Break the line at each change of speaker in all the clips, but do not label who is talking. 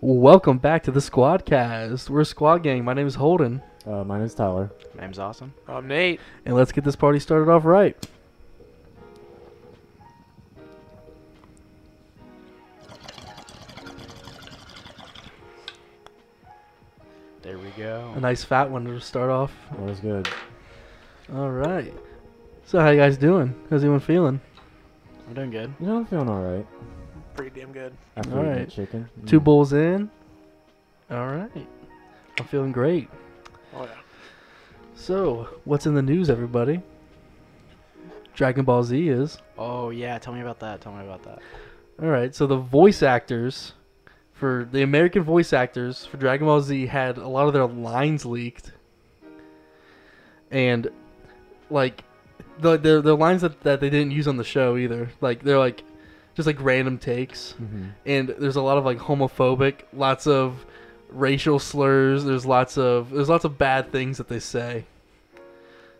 Welcome back to the Squadcast. We're a squad gang. My name is Holden,
Uh, my name's Tyler.
My name's Austin.
I'm Um, Nate.
and let's get this party started off right.
There we go.
A nice fat one to start off.
That was good.
All right. So how you guys doing? How's everyone feeling?
I'm doing good.
You know, I'm feeling all right.
Pretty damn good.
After
All
eating that
right.
chicken.
Two
Mm.
bowls in. All right. I'm feeling great.
Oh yeah.
So what's in the news, everybody? Dragon Ball Z is.
Oh yeah, tell me about that. Tell me about that.
All right, so the voice actors for the American voice actors for Dragon Ball Z had a lot of their lines leaked, and like the the, the lines that, that they didn't use on the show either. Like they're like just like random takes,
Mhm.
and there's a lot of like homophobic, lots of racial slurs. There's lots of there's lots of bad things that they say.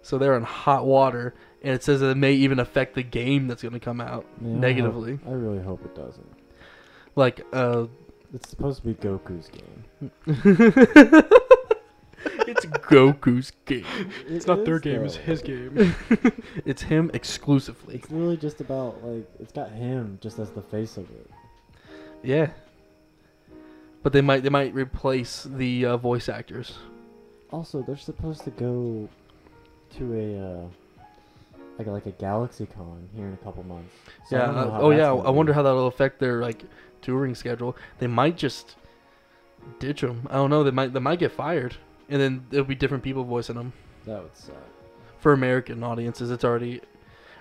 So they're in hot water, and it says that it may even affect the game that's going to come out
Man, I hope-
negatively
I really hope it doesn't.
like uh
It's supposed to be Goku's game.
it's Goku's game.
It's not their game. It's his game.
It's him exclusively.
It's literally just about like it's got him just as the face of it.
Yeah. But they might they might replace the uh, voice actors.
Also, they're supposed to go to a uh, like a, like a Galaxy Con here in a couple months. So I
yeah.
don't know
uh,
how
oh
that's
yeah.
gonna
I wonder
be.
how that'll affect their like touring schedule. They might just ditch them. I don't know. They might they might get fired, and then there'll be different people voicing them
that would suck.
for American audiences. It's already.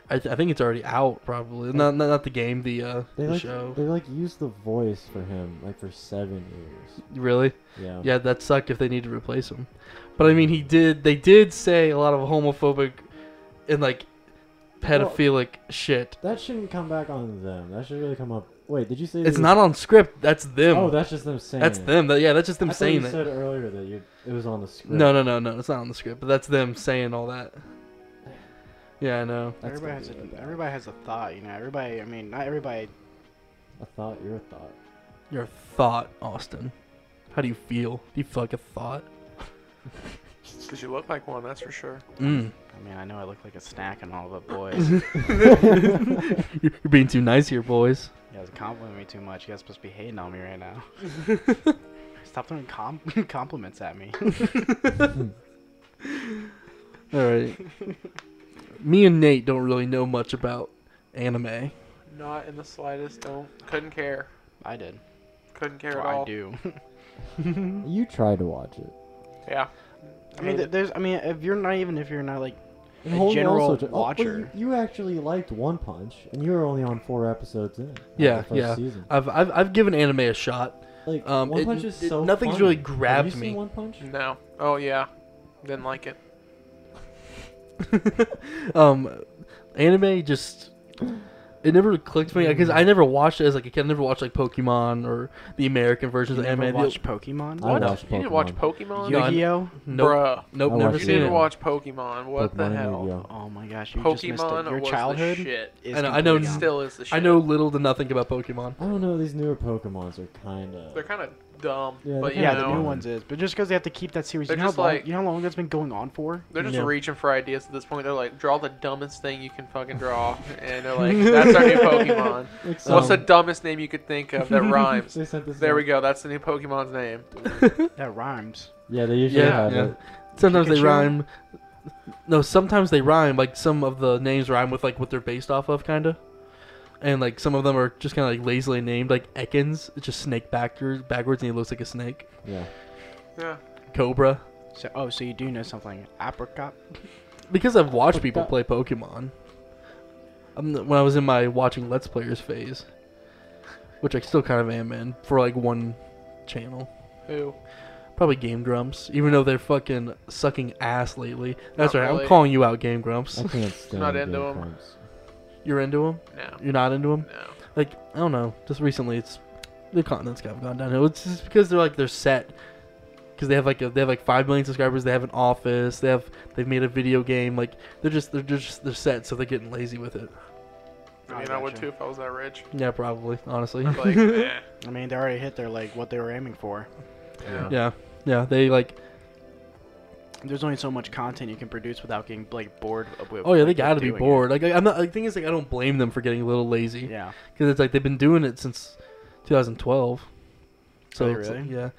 I, th- I think it's already out probably. Not not, not the game. The uh
They
the
like
show.
they like used the voice for him like for seven years.
Really.
Yeah.
Yeah, that sucked if they need to replace him. But I mean, he did. They did say a lot of homophobic and like pedophilic shit.
That shouldn't come back on them. That should really come up. Wait, did you say
It's
that-
not on script. That's them.
Oh, that's just them saying.
that's
it.
them. That, yeah, that's just them
I thought
saying
you
that.
said earlier that you, it was on the script.
No, no, no, no. It's not on the script. But that's them saying all that. Yeah, I know.
That's
everybody
gonna
has a
be really bad.
everybody has a thought, you know. Everybody, I mean, not everybody.
A thought, your thought.
Your thought, Austin. How do you feel? Do you feel like a thought?
Cause you look like one, that's for sure.
Mm.
I mean, I know I look like a snack and all, but boys,
You're you're being too nice here, boys.
you guys compliment me too much. You guys supposed to be hating on me right now. Stop throwing com- compliments at me.
All right. Me and Nate don't really know much about anime.
Not in the slightest. Don't. Couldn't care.
I did.
Couldn't care
Well,
at all.
I do.
You tried to watch it.
Yeah.
I mean, th- there's. I mean, if you're not even if you're not like
And
A
Holden
general
also dr- oh, wait,
watcher.
you, you actually liked One Punch, and you were only on four episodes in. of
Yeah,
the first
yeah.
Season.
I've, I've I've given anime a shot.
Like
Um,
One
it-
Punch is
it-
so.
nothing's
funny.
really
Have
grabbed
you
me.
Seen One Punch?
no. Oh yeah. Didn't like it.
um, anime just it never clicked for me because I never watched it as like a kid. I never watched like Pokemon or the American versions
you
of
ever
anime. The-
watched Pokemon,
I watched
You didn't
Pokemon.
watch Pokemon?
No, I-
Yu-Gi-Oh.
nope,
Bruh.
nope,
I
never
watched
You
seen
didn't
it.
watch Pokemon. What
Pokemon
the
and
hell?
Yu-Gi-Oh.
Oh my gosh, you just missed
Pokemon
it. Your
was
childhood
the shit.
is
I know- I know
completely
It
Yeah.
gone.
still is the shit.
I know little to nothing about Pokemon.
I don't know. These newer Pokemon's are kind of.
They're kind of dumb,
Yeah,
but
they're
you
Yeah,
kinda
know,
the new
know.
ones is, but just because they have to keep that series, you
They're
know, how
just
long,
like-
you know how long that's been going on for.
they're just
Yeah.
reaching for ideas at this point. They're like, draw the dumbest thing you can fucking draw, and they're like, that's our new Pokemon.
Like
What's the
some-
dumbest name you could think of that rhymes?
They sent this
There
out.
we go. That's the new Pokemon's name.
That rhymes.
Yeah, they usually
Yeah,
have
yeah.
it.
Sometimes they
Pikachu?
rhyme. No, sometimes they rhyme. Like some of the names rhyme with like what they're based off of, kind of. And like some of them are just kind of like lazily named, like Ekans. It's just snake backwards, backwards, and he looks like a snake.
Yeah.
Yeah.
Cobra.
So, oh, so you do know something? Apricot.
Because I've watched
But
people
that-
play Pokemon. I'm, the- when I was in my watching Let's Players phase, which I still kind of am in for like one channel,
Who?
probably Game Grumps. Even though they're fucking sucking ass lately. That's
Not
right. I'm
really.
calling you out, Game Grumps.
I can't stand
Not
Game
into 'em.
Grumps.
You're into them.
No.
You're not into them.
No.
like I don't know. Just recently, it's the content's kind of gone downhill. It's just because they're like they're set because they have like a, they have like five million subscribers. They have an office. They have they've made a video game. Like they're just they're just they're set. So they're getting lazy with it.
No, I
I
mean, I would
gotcha.
too if I was that rich.
Yeah, probably. Honestly.
I'd be like, eh.
I mean, they already hit their like what they were aiming for.
Yeah.
yeah. Yeah. They like.
There's only so much content you can produce without getting like bored. Of, with,
Oh yeah, they
like, with
got to be
doing it.
bored. Like I- I'm not. Like, the thing is, like I don't blame them for getting a little lazy.
Yeah,
Because it's like they've been doing it since 2012. So
they
it's, like,
really?
yeah.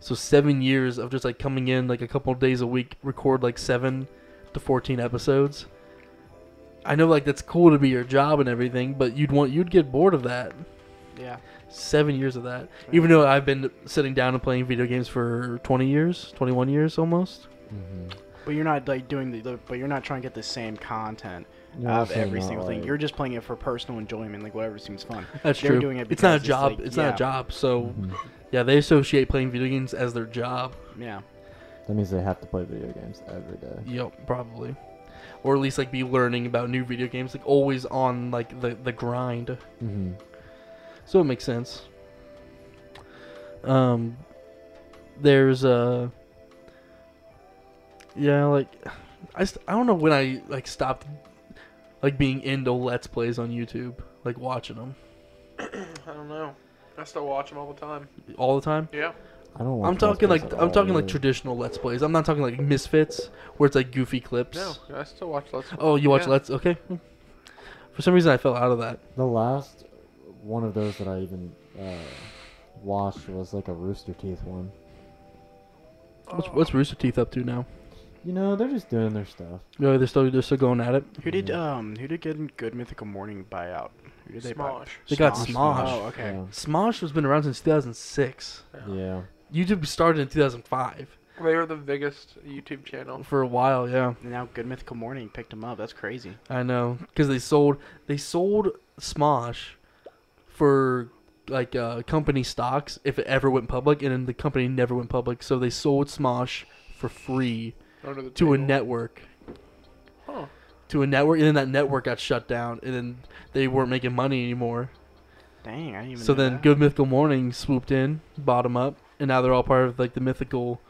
So seven years of just like coming in like a couple days a week, record like seven to 14 episodes. I know like that's cool to be your job and everything, but you'd want you'd get bored of that.
yeah.
Seven years of that. Even though I've been sitting down and playing video games for 20 years, 21 years almost.
Mm-hmm.
But you're not like doing the, the but you're not trying to get the same content out of every single thing. You're just playing it for personal enjoyment, like whatever seems fun.
That's
They're
true.
doing it
it's not a
because it's
job. It's,
like-
not
yeah.
a job. So
Mm-hmm.
yeah, they associate playing video games as their job.
Yeah.
That means they have to play video games every day.
Yep, probably. Or at least like be learning about new video games, like always on like the the grind.
Mm-hmm.
So it makes sense. Um, there's uh, yeah, like I st- I don't know when I like stopped like being into let's plays on YouTube, like watching them
I don't know. I still watch them all the time.
all the time.
Yeah.
I don't. Watch
I'm talking
Let's
like
Plays at
I'm
all,
talking like
really.
traditional let's plays. I'm not talking like misfits where it's like goofy clips.
No, I still watch Let's Plays.
Oh, you watch
Yeah.
let's okay. For some reason, I fell out of that.
The last one of those that I even uh, watched was like a Rooster Teeth one.
What's,
Oh,
what's Rooster Teeth up to now?
You know, they're just doing their stuff.
No, they're still they're still going at it.
Who did um Who did get Good Mythical Morning buyout? Who did they buy?
Smosh.
They got Smosh.
Oh, okay.
Yeah.
Smosh has been around since 2006.
yeah.
YouTube started in 2005
They were the biggest YouTube channel.
for a while. Yeah,
And now Good Mythical Morning picked them up. That's crazy.
I know because they sold they sold Smosh for like uh, company stocks if it ever went public, and then the company never went public. So they sold Smosh for free
Under the
to a
table.
network.
Huh.
To a network, and then that network got shut down, and then they weren't making money anymore.
Dang, I didn't even.
So
know
then,
that.
Good Mythical Morning swooped in, bought 'em up, and now they're all part of like the mythical,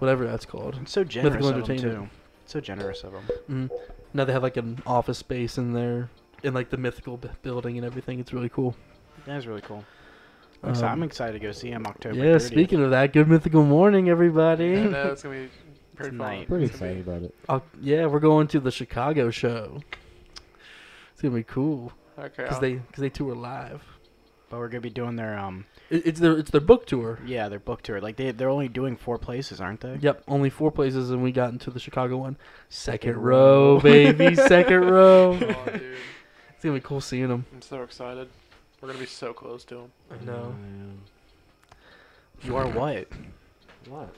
whatever that's called.
It's so generous of them too.
Entertainment.
So generous of them.
Mm. Now they have like an office space in there, in like the mythical b- building and everything. It's really cool.
That is really cool. I'm exci- I'm
Um,
excited to go see him October.
yeah.
30th.
Speaking of that, Good Mythical Morning,
I
everybody.
know, it's gonna be pretty fun.
Tonight.
Pretty
It's gonna be-
excited about it.
Uh, yeah, we're going to the Chicago show. It's gonna be cool
Okay.
because
I'll-
they cause they tour live.
But we're gonna be doing their um
It, it's their it's their book tour.
yeah their book tour. Like they they're only doing four places, aren't they?
Yep, only four places, and we got into the Chicago one. Second
Second
row,
row.
baby, second row.
Oh, dude,
It's gonna be cool seeing them.
I'm so excited. We're gonna be so close to him.
I know.
You are what?
What?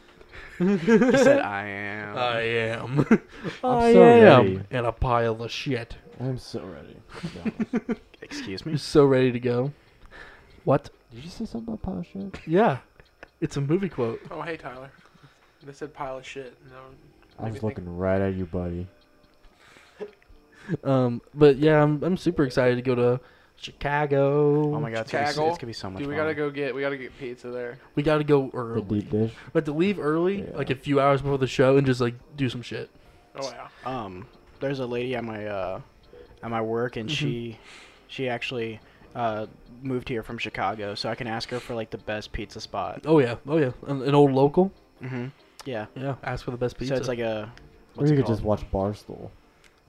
he said I am.
I am.
I so am ready.
And a pile of shit.
I'm so ready. Yeah.
Excuse
You're
me.
so ready to go. What?
Did you say something about Pasha?
Yeah. It's a movie quote.
Oh, hey, Tyler. They said pile of shit. and that would
I
make
was
me think-
looking right at you, buddy.
Um, but yeah, I'm, I'm super excited to go to Chicago.
Oh my god, it's gonna, be, so-
Chicago.
it's gonna be so much
Dude,
fun.
we gotta go get we gotta get pizza there.
We gotta go
The
early.
deep dish.
We have to leave early,
Yeah.
like a few hours before the show, and just like do some shit.
Oh yeah.
um there's a lady at my uh at my work and
Mhm.
she she actually uh moved here from chicago so i can ask her for like the best pizza spot
Oh yeah, oh yeah. An, an old local.
mm-hmm yeah
Yeah. Ask for the best pizza.
so it's like a
Or
what's
you
it
could
called?
just watch Barstool.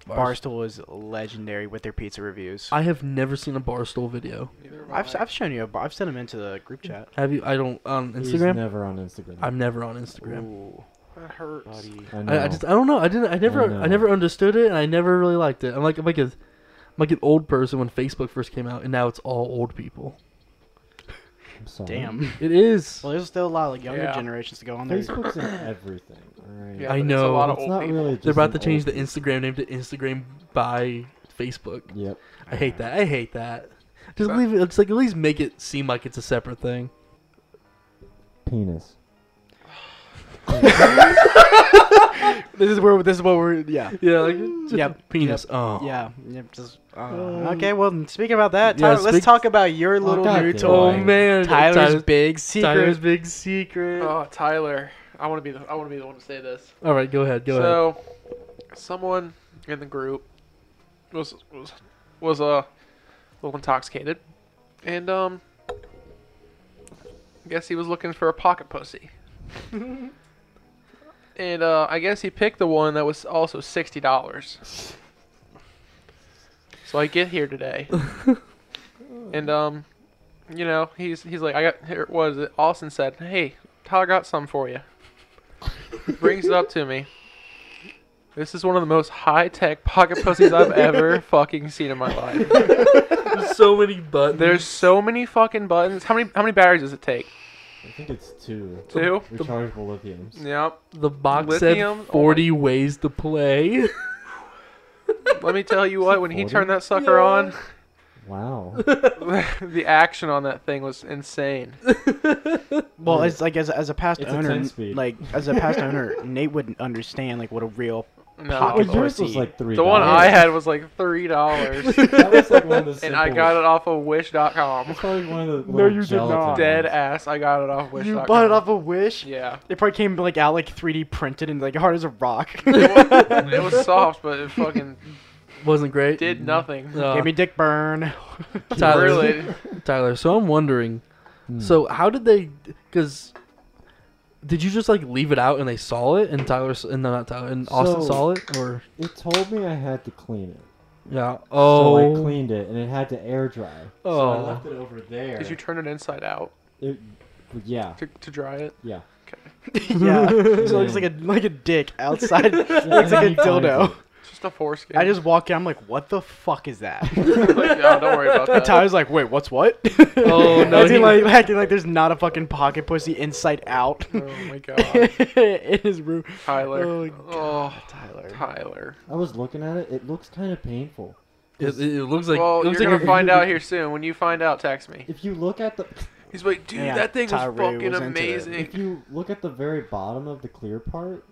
Barst-
barstool is legendary with their pizza reviews I,
I have never seen a barstool video.
Neither have
have
I.
I've shown you a, bar- i've sent them into the group chat
Have you? I don't on
He's
Instagram.
never on Instagram.
I'm never on Instagram.
Ooh,
That hurts.
buddy.
I know.
I, I just I don't know. I didn't. I never. I,
know.
never understood it, and I never really liked it. I'm like I'm like a, I'm like an old person when Facebook first came out, and now it's all old people.
I'm sorry.
damn
It is.
well there's still a lot of like younger
Yeah.
generations to go on there
Facebook's in everything. All right.
Yeah,
I
but It's a
know.
lot of
It's
old
not
people.
really. Just
They're about
an
to change the
old-
Instagram name to Instagram by Facebook.
Yep.
I hate that. I hate that. Just
That-
leave it. It's like at least make it seem like it's a separate thing.
Penis.
this is where this is what we're yeah
Yeah. Like
Yep,
Penis. Oh.
yeah, yeah just, uh,
Um,
okay well speaking about that
yeah,
Tyler, let's
speak-
talk about your little
God
new
damn.
toy
Oh
Like,
man.
Tyler's,
Tyler's,
big secret.
Tyler's big secret.
Oh, Tyler. I want to be the I want to be the one to say this.
All right. Go ahead. Go ahead.
so, someone in the group was was was uh a little intoxicated, and um, I guess he was looking for a pocket pussy. and uh, I guess he picked the one that was also sixty dollars. So I get here today, and um, you know, he's he's like, I got here. Was it Austin said, "Hey, Tyler got some for you." Brings it up to me. This is one of the most high tech pocket pussies I've ever fucking seen in my life.
There's so many buttons.
There's so many fucking buttons. How many how many batteries does it take?
I think it's two.
Two?
Rechargeable lithiums.
Yep.
the box
Lithium?
said 40 ways to play.
Let me tell you what, when he
Forty?
turned that sucker on,
Wow.
the action on that thing was insane.
Well,
Yeah.
it's like as, as a past
It's a
owner,
10 speed.
like as a past owner, Nate wouldn't understand like what a real
No.
well,
Pocket
yours was
pussy.
like three.
The one I
dollars.
had was like three dollars.
That was like one of the
and I got it off of Wish.com.
That's probably one of the
No,
little
you did
gelatin
not.
ones.
Dead ass, I got it off Wish.com.
you bought it off a wish.
Yeah.
It probably came like out like 3D printed and like hard as a rock.
It was soft, but it fucking
Wasn't great.
Mm-hmm.
did nothing.
Uh,
Gave me dick burn.
Tyler,
Really.
Tyler, so I'm wondering,
Hmm.
so how did they? Because did you just like leave it out and they saw it, and Tyler s- and no, not Tyler and Austin
So-
saw it, or
It told me I had to clean it.
yeah?
So
Oh,
I cleaned it and it had to air dry. So I
Oh.
left it over there.
Did you turn it inside out
It, yeah,
to, to dry it?
yeah.
yeah, so it looks like a like a dick outside.
yeah
looks like a
and then you cleaned
dildo.
it.
It's just a foreskin.
I just walk in. I'm like, what the fuck is that?
like, oh, don't worry about
And
that.
Tyler's like, wait, what's what?
Oh, no, he-
Acting like acting like there's not a fucking pocket pussy inside out
oh my god.
in his room.
Tyler.
Oh,
Oh,
Tyler.
Tyler.
I was looking at it. It looks kind of painful.
it, it it looks like
well,
it
you're
looks
gonna
like a-
find out here soon. When you find out, text me.
If you look at the
He's like, dude,
Yeah,
that thing was
Tyree
fucking
was into it.
if
amazing.
you look at the very bottom of the clear part,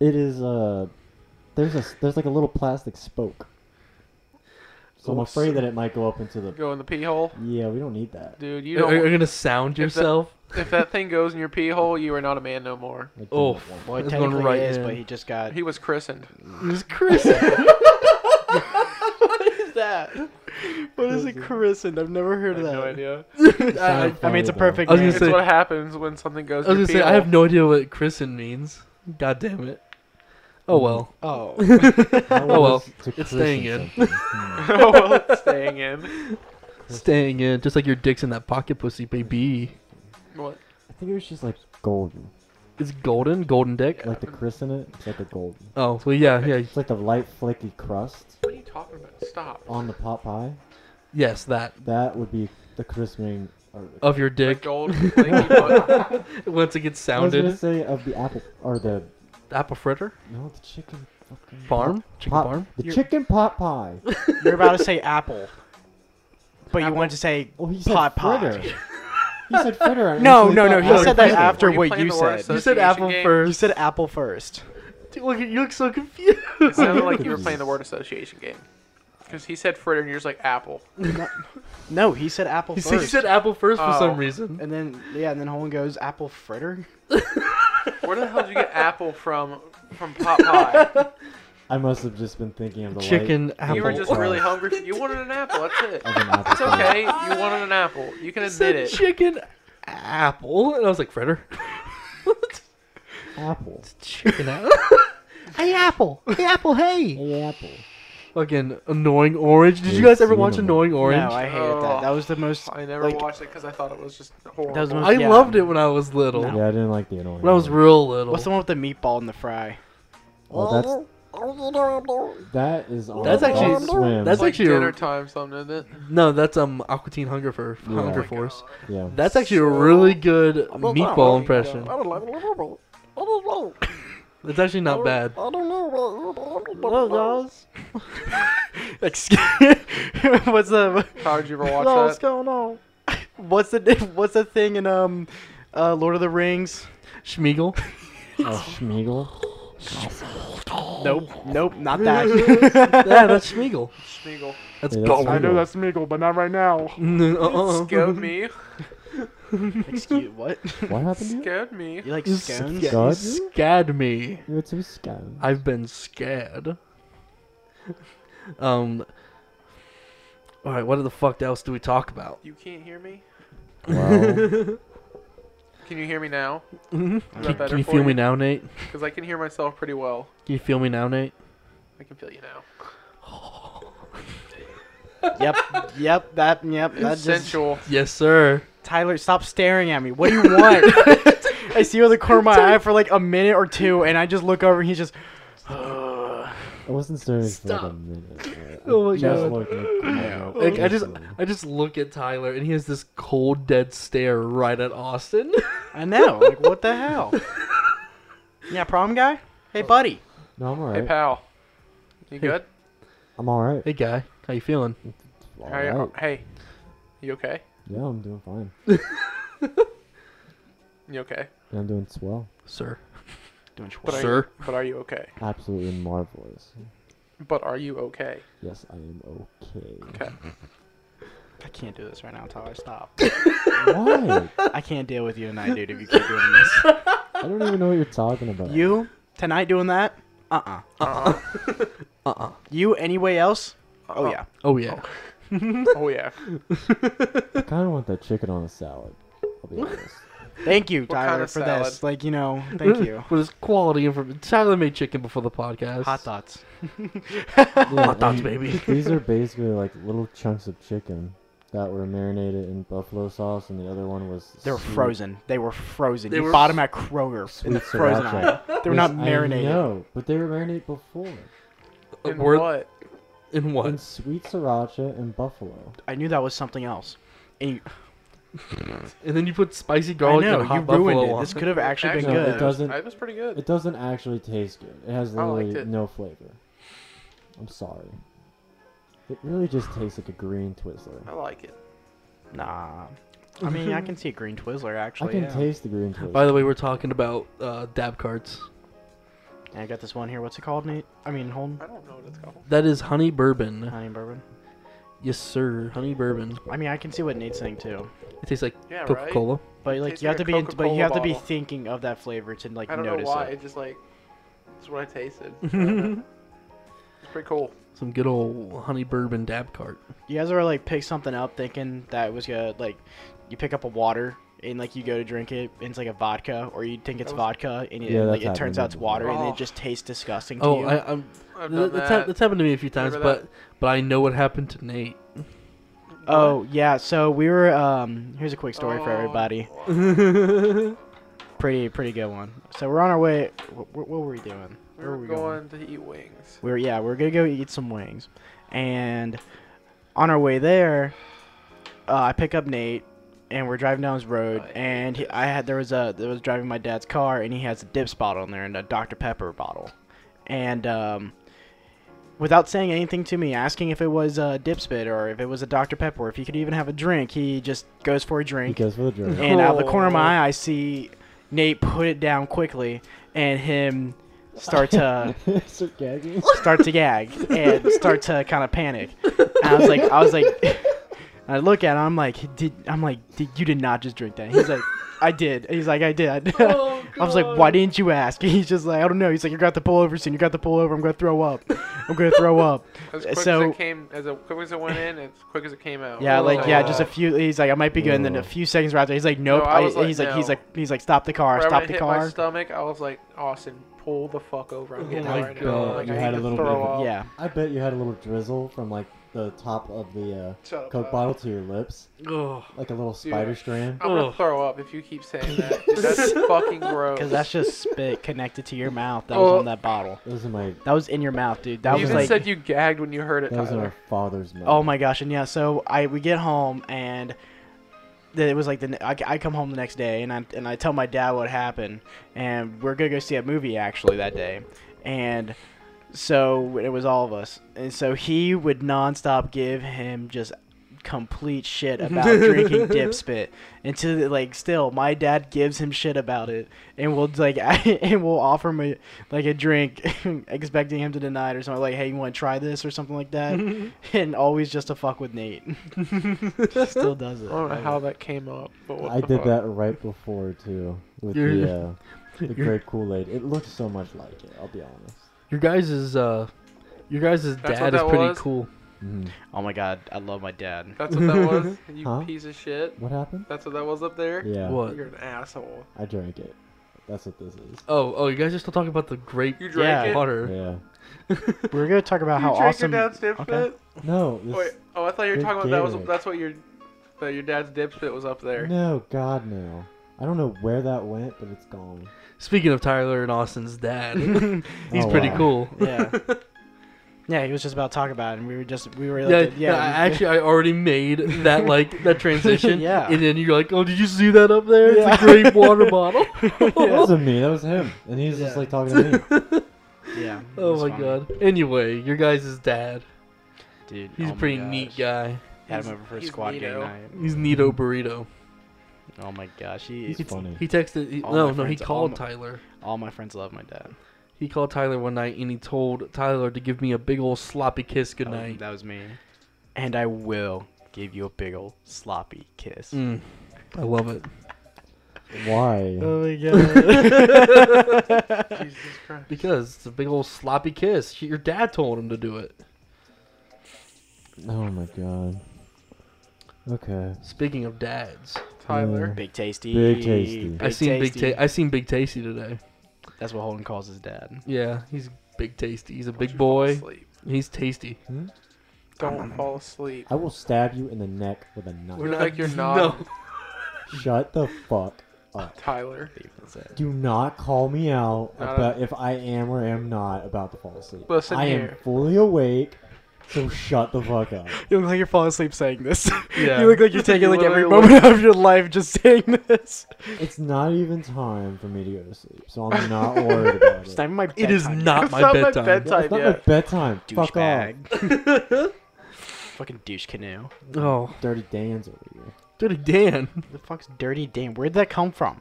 it is uh there's a there's like a little plastic spoke. So I'm
Oh,
afraid
so-
that it might go up into the.
Go in the pee hole,
Yeah, we don't need that.
dude. You
Are, are you
don't.
gonna sound
that-
yourself?
if that thing goes in your pee hole, you are not a man no more.
Like,
Oh,
don't want-
Well, it
It's going
technically
right
is, but
in.
he just got.
He was christened.
was Chris. what is that? What is a christened? I've never
I
heard
have
of
no
that.
idea.
it
I,
sounded
I mean, it's
funny, though.
a perfect.
I was gonna
name.
It's
say-
what happens when something
I was
goes in
gonna
your pee
say I
hole.
have no idea what christen means. God damn it. Oh well.
Oh,
How
Oh, well.
was to
It's staying
christen
in.
something? Hmm.
oh, well, it's staying in.
Staying in, just like your dick's in that pocket pussy, baby.
What?
I think it was just like golden,
It's golden, golden dick.
like the christen it. It's like a golden.
Oh, well, yeah, yeah,
It's like the light flaky crust
What are you talking about? Stop.
on the pot pie.
yes, that
That would be the christening. Or the
of your
The
dick.
gold flaky butt.
Once it gets
I was gonna
sounded,
say of the apple or the
apple fritter,
no the chicken fucking
farm, chicken
pot,
farm.
the
You're-
chicken pot pie.
you're about to say apple, but you wanted to say
Oh, he said
pot
fritter.
pie.
he said fritter. I
No,
instantly
no, no.
thought
He
apple
said that
fritter.
after
Were you
what
playing
you
the word
said.
You said
association
apple
game?
You
first.
said apple first.
Dude, look, at- you look so confused.
It sounded like you were playing the word association game. Because he said fritter and you're just like apple.
No, he said apple
He
first.
said, he said apple first for
Oh.
some reason.
and then yeah, and then Holman goes apple fritter.
Where the hell did you get apple from from pot pie?
I must have just been thinking of the light
Chicken apple.
You were just
crust
really hungry. You wanted an apple. That's it.
Of an apple
It's okay. You wanted an apple. You can
He said
admit it.
chicken apple, and I was like fritter.
Apple.
chicken apple. hey apple, hey apple, hey.
Hey, apple.
Fucking annoying orange. Did
Hey,
you guys ever watch
cinnamon.
annoying orange?
No, I hated that. That was the most.
Oh, I never
like,
watched it because I thought it was just horrible.
That was
I
Yeah.
loved it when I was little.
Yeah, I didn't like the annoying.
When I was
one.
real little.
What's the one with the meatball and the fry?
Well, that's that is on
That's
Adult
actually-
swim.
that's
it's like
actually a-
dinner time, something, isn't it?
No, that's um Aqua Teen Hunger for
Yeah.
Hunger
Oh my
Force.
yeah.
That's actually a really good meatball impression. It's actually not bad.
Excuse. what's the
How did you ever watch
what's
that?
going on? What's the what's the thing in um, uh, Lord of the Rings?
Schmeagle.
Oh, Schmeagle.
Nope, nope, not that.
yeah, that's Schmeagle.
Schmeagle.
That's
Yeah, that's
gold.
I know that's
Smeagol, but not right now.
uh-uh.
Scared me.
Excuse what?
What happened to you?
Scared me.
You like
You
scones?
sca-
Scud?
you scared me.
You were too scared.
I've been scared. Um, All right, what the fuck else do we talk about?
You can't hear me?
Well,
Can you hear me now?
Mhm.
that
Can,
better
can you
for
feel me
you?
now, Nate?
Because I can hear myself pretty well.
Can you feel me now, Nate?
I can feel you now.
yep, yep, that, yep, that just.
Sensual.
Yes, sir.
Tyler, stop staring at me. What do you want? I see you in the corner of my eye for like a minute or two, and I just look over, and he's just.
I wasn't staring for like a
Stop.
minute. man.
Oh my
Just
God.
looking at Connor.
Yeah.
Like I just,
Listen.
I just look at Tyler, and he has this cold, dead stare right at Austin.
I know. Like, what the hell? Yeah, problem guy. Hey, buddy.
No, I'm alright.
Hey, pal. You
Hey.
good?
I'm alright.
hey, guy, how you feeling?
All
How you-
right.
Hey. You okay?
Yeah, I'm doing fine.
You okay?
Yeah, I'm doing swell.
Sir.
Doing
But
twirl.
are
Sir.
You, but are you okay?
Absolutely marvelous.
But are you okay?
Yes, I am okay.
Okay.
I can't do this right now, Tyler. Stop.
Why?
I can't deal with you tonight, dude. If you keep doing this,
I don't even know what you're talking about.
you tonight doing that? Uh-uh.
Uh-uh.
Uh-uh.
You anyway else? Oh yeah.
Oh yeah.
Oh, yeah.
I kind of want that chicken on a salad. I'll be honest.
Thank you,
What
Tyler,
kind of
for
salad?
this. Like you know, thank you.
For this quality information, Tyler made chicken before the podcast.
Hot thoughts.
Yeah,
Hot dogs,
and
baby.
These are basically like little chunks of chicken that were marinated in buffalo sauce, and the other one was
They were
sweet-
frozen. They were frozen.
They
you
were
bought them at Kroger in the
sweet
frozen aisle.
sriracha.
They were
Yes,
not
I
marinated.
know, but they were marinated before
Like,
In
we're-
what?
Uh, In
in
what?
sweet sriracha and buffalo.
I knew that was something else. And you,
And then you put spicy
I
garlic
know
and
you
hot buffalo
ruined it.
on
This could have actually been
Actually, No, it
good.
does- doesn't-
It was pretty good.
It doesn't actually taste good. It has
I liked
literally
it.
no flavor. I'm sorry. It really just tastes like a green Twizzler.
I like it.
Nah. I mean, I can see a green Twizzler
I
actually.
can
yeah.
taste the green Twizzler.
By the way, we're talking about uh, dab carts.
And I got this one here. What's it called, Nate? I mean, Holden.
I don't know what it's called.
That is honey bourbon.
Honey bourbon.
Yes, sir. Honey bourbon.
I mean, I can see what Nate's saying too.
It tastes like
Yeah, right?
Coca Cola.
But like,
Tastes
you have
like
to
a
be, in, but
Coca-Cola
you have to be
bottle.
thinking of that flavor to like
I don't know
notice
why.
it.
It just like it's what I tasted. I don't know. it's pretty cool.
Some good old honey bourbon dab cart.
You guys ever like pick something up thinking that it was good? Like, you pick up a water and like you go to drink it, and it's like a vodka, or you think it's
That was-
vodka, and it,
Yeah,
like
that's
it turns out it's
happened.
water, and
Oh.
it just tastes disgusting to
Oh,
you.
I, I'm.
I've done
Th- that's, hap-
that.
that's happened to me a few times,
Remember
but but I know what happened to Nate.
oh yeah. So we were. Um, here's a quick story for
Oh.
everybody. Pretty pretty good one. So we're on our way. What, what were we doing?
We
Where
were
were we
going to eat wings.
We were yeah, we we're gonna go eat some wings, and on our way there, uh, I pick up Nate, and we're driving down his road,
I hate
and he, I had there was a there was driving my dad's car, and he has a Dips bottle in there and a Dr Pepper bottle, and um, without saying anything to me, asking if it was a Dips bit or if it was a Dr Pepper, or if he could even have a drink, he just goes for a
He
drink,
goes for the drink.
and out of the corner of my
Oh.
eye, I see Nate put it down quickly, and him start to
Start gagging.
start to gag and start to kind of panic. And I was like, I was like, I look at him. I'm like, did I'm like, did, you did not just drink that? He's like, I did. He's like, I did. I was like, why didn't you ask? He's just like, I don't know. He's like, you got the pull over soon. You got the pull over. I'm gonna throw up. I'm gonna throw up.
As quick as
Uh, so-
it came, as a- quick as it went in, as quick as it came out.
Yeah, like yeah, just a
Right
few. He's like, I might be good. And then a few seconds right after, he's like, nope.
Oh. No, I
I
was like,
he's like, he's
no.
like, he's like, stop the car.
when
Stop
it
the
hit My
car.
stomach. I was like, Austin, pull the fuck over. I'm
Oh
getting
my
out right now.
God.
Like,
You
I
had
need
a
to
little bit
throw
of-
up.
Yeah.
I bet you had a little drizzle from like the top of the
Shut
uh,
up,
Coke
Tyler.
bottle to your lips,
Oh,
like a little spider strand.
I'm gonna
Ugh.
throw up if you keep saying that. Dude, that's fucking gross.
Because that's just spit connected to your mouth. That was
Oh.
on that bottle.
Those are my.
That was in your mouth, dude. That
you
was
even
like.
said you gagged when you heard it,
Those are my
Tyler.
father's mouth.
Oh my gosh! And yeah, so I we get home and then it was like the ne- I, I come home the next day and I and I tell my dad what happened and we're gonna go see a movie actually that day and so it was all of us and so he would nonstop give him just complete shit about drinking dip spit until like still my dad gives him shit about it and we'll like and we'll offer him a, like a drink expecting him to deny it or something like hey you want to try this or something like that and always just to fuck with Nate still does it
I don't know how that came up, but what
I
the
did
fuck.
that right before too with
You're-
the uh, the
you're-
grape Kool Aid. It looked so much like it. I'll be honest.
your guys is uh, your guys is
That's
dad
what
is
that
pretty
was?
cool.
Mhm.
Oh my god, I love my dad.
That's what that was. You
Huh?
piece of shit.
What happened?
That's what that was up there.
Yeah,
What?
You're an asshole.
I drank it. That's what this is.
Oh, oh, you guys are still talking about the grape
You drank
Yeah.
it.
water.
Yeah.
We're gonna talk about
you
how
drank
awesome.
your dad's dip
okay.
spit?
No. This,
Wait. Oh, I thought you were
Good
talking about that was
Gatorade.
that's what your that your dad's dip spit was up there.
No, God, no. I don't know where that went, but it's gone.
Speaking of Tyler and Austin's dad, he's
Oh,
pretty
wow.
cool.
yeah. Yeah, he was just about to talk about it, and we were just we were like,
Yeah,
yeah,
yeah, I actually, I already made that like that transition.
Yeah.
And then you're like, oh, did you see that up there?
Yeah.
It's a grape water bottle.
That wasn't me. That was him, and he's just
Yeah.
like talking to me.
yeah. it
oh
was
my
funny.
god. Anyway, your guys' dad.
dude,
He's
oh
a
my
pretty
gosh.
neat guy.
Had
He's-
him over for a
he's
squad game
neato.
night.
He's Neato Burrito.
Oh my gosh, he,
He's funny.
He texted. He,
All
no,
my
no, he
friends- all
called
my-
Tyler.
all my friends love my dad.
He called Tyler one night and he told Tyler to give me a big old sloppy kiss
That was-
goodnight.
That was me. And I will give you a big old sloppy kiss.
Mm, I love it.
Why?
my god.
Jesus Christ.
Because it's a big old sloppy kiss. She- Your dad told him to do it.
Oh my God. Okay.
Speaking of dads,
Tyler.
Big tasty.
Big Tasty.
I seen big. Ta- I seen Big Tasty today.
That's what Holden calls his dad.
Yeah, he's big tasty. He's a
Don't you
big
fall
boy.
asleep.
He's tasty.
Hmm?
Don't fall asleep.
I will stab you in the neck with a knife.
We're not- like you're not-
No.
Shut the fuck up.
Tyler.
Do not call me out
Not
about if I am or am not about to fall asleep.
Listen
I am
here.
fully awake, so shut the fuck up.
You look like you're falling asleep saying this.
Yeah.
you look like you're taking
You
like every
literally
moment of your life just saying this.
It's not even time for me to go to sleep, so I'm not worried about it.
It's not even my
It is
bedtime
not
It's
my
not my
bedtime.
bedtime.
Yeah, it's not my
yet.
bedtime.
yet.
Fuck off.
Douchebag. Fucking douche canoe.
Oh,
Dirty Dan's over here.
dirty Dan.
The fuck's dirty damn? Where'd that come from?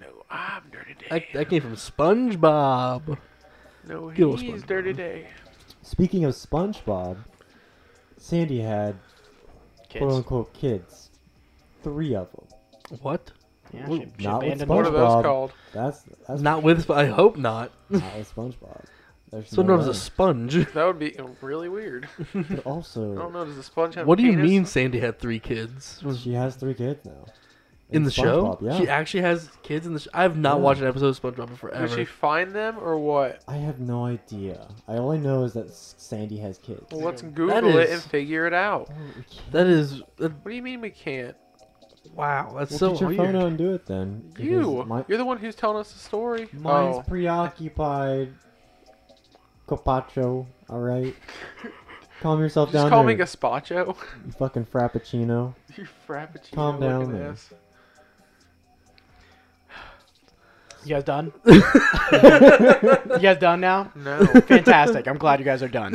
No, I'm dirty day.
That, that came from SpongeBob.
no,
Get a little
he's
SpongeBob.
dirty day.
Speaking of SpongeBob, Sandy had
Kids.
quote unquote kids. Three of them.
What?
yeah,
well,
she, she
not with
abandoned
What are
SpongeBob.
all
those called?
That's that's not,
Not with. Sp- I hope not.
with SpongeBob. There's
SpongeBob's
no
a sponge.
That would be really weird.
way. But
I don't
also,
know. Does the sponge have
What do you
penis?
mean Sandy had three kids?
she has three kids now.
In the show?
SpongeBob, Yeah.
She actually has kids in the show. I have not
Yeah.
watched an episode of SpongeBob in forever.
Did she find them or what?
I have no idea. I all I know is that S- Sandy has kids.
Well, let's
That
Google it
is-
and figure it out.
Oh, we can't-
That is. That,
What do you mean we can't?
wow, that's
well,
so
get your
weird.
phone out and do it then. because
You,
my-
you're the one who's telling us the story.
mine's
oh,
preoccupied. Copacho, all right. Calm yourself
just
down.
call
there.
me gazpacho.
You fucking frappuccino.
you frappuccino
Calm down
looking
there.
ass.
You guys done? you guys done now?
No,
Fantastic. I'm glad you guys are done.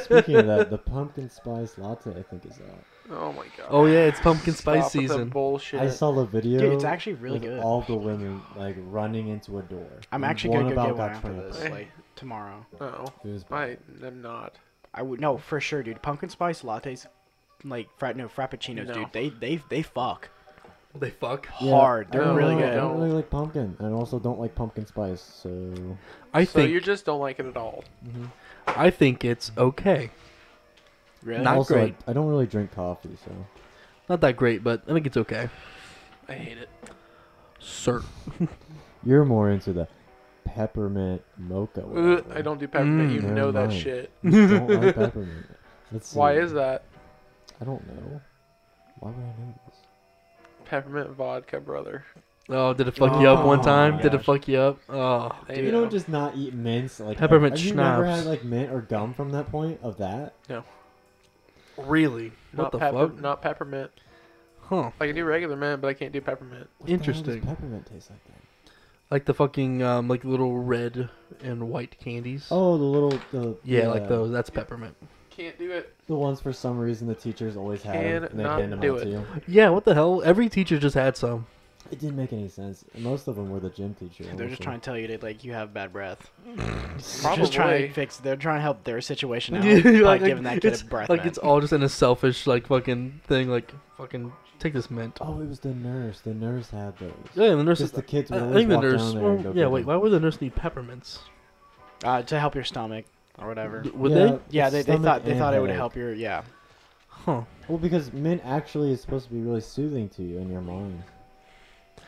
Speaking of that, the pumpkin spice latte I think is out.
oh my god.
Oh yeah, it's pumpkin spice
Stop with the
season.
bullshit.
I saw the video.
Dude, it's actually really
with
good.
All the women like running into a door.
I'm
And
actually gonna
one
go
about
get one
got
after
trampled.
this, like tomorrow.
oh,
It was bad.
I am not.
I would no for sure, dude. Pumpkin spice lattes, like fra- no frappuccinos,
No.
dude. They they they fuck
They fuck.
Yeah,
hard.
I
They're
don't
really
know,
good.
I don't really like pumpkin, and also don't like pumpkin spice. So
I
so you
think. mm-hmm.
just don't like it at all.
I think it's okay.
Really?
Not
also,
great.
I, I don't really drink coffee. So
Not that great, but I think it's okay.
I hate it.
Sir.
you're more into the peppermint mocha.
Ugh,
whatever.
Uh, I don't do peppermint.
Mm,
you
never
know that
mind.
shit.
don't like peppermint. Let's see.
Why is that?
I don't know. Why would I know this?
Peppermint vodka, brother.
Oh, did it fuck you up one
Oh,
time?
my
Did it
gosh.
fuck you up? Oh.
There
You
you
don't
go.
just not eat mints like
Peppermint
Have you never
schnapps.
had like mint or gum from that point of that?
Really?
Not,
What the
pepper,
fuck?
not peppermint.
Huh.
I can do regular mint, but I can't do peppermint.
What the hell does
Interesting.
peppermint taste like that?
Like the fucking um, like little red and white candies.
Oh, the little the uh,
yeah, like those. That's peppermint.
Can't do it.
the ones for some reason the teachers always had 'em, and they
Cannot
hand them
do
out
it.
to you.
Yeah, what the hell? Every teacher just had some.
It didn't make any sense. Most of them were the gym teacher.
They're just
honestly.
trying to tell you that like you have bad breath. They're
Probably.
just trying to fix. They're trying to help their situation out
Yeah,
by
like-
giving that kid
it's-
a breath
Like
mint.
it's all just in a selfish like fucking thing. Like fucking take this mint.
Oh, it was the nurse. The nurse had those.
Yeah, and the nurse.
Just the kids would
I I
always
think the
walk
nurse.
down there
well,
and go
yeah,
get
wait.
them.
Why would the nurse need peppermints?
uh, to help your stomach. or whatever.
Would they?
Yeah, they, they
stomach
thought they
and
thought it would
headache.
help your yeah.
Huh.
Well, because mint actually is supposed to be really soothing to you in your mind.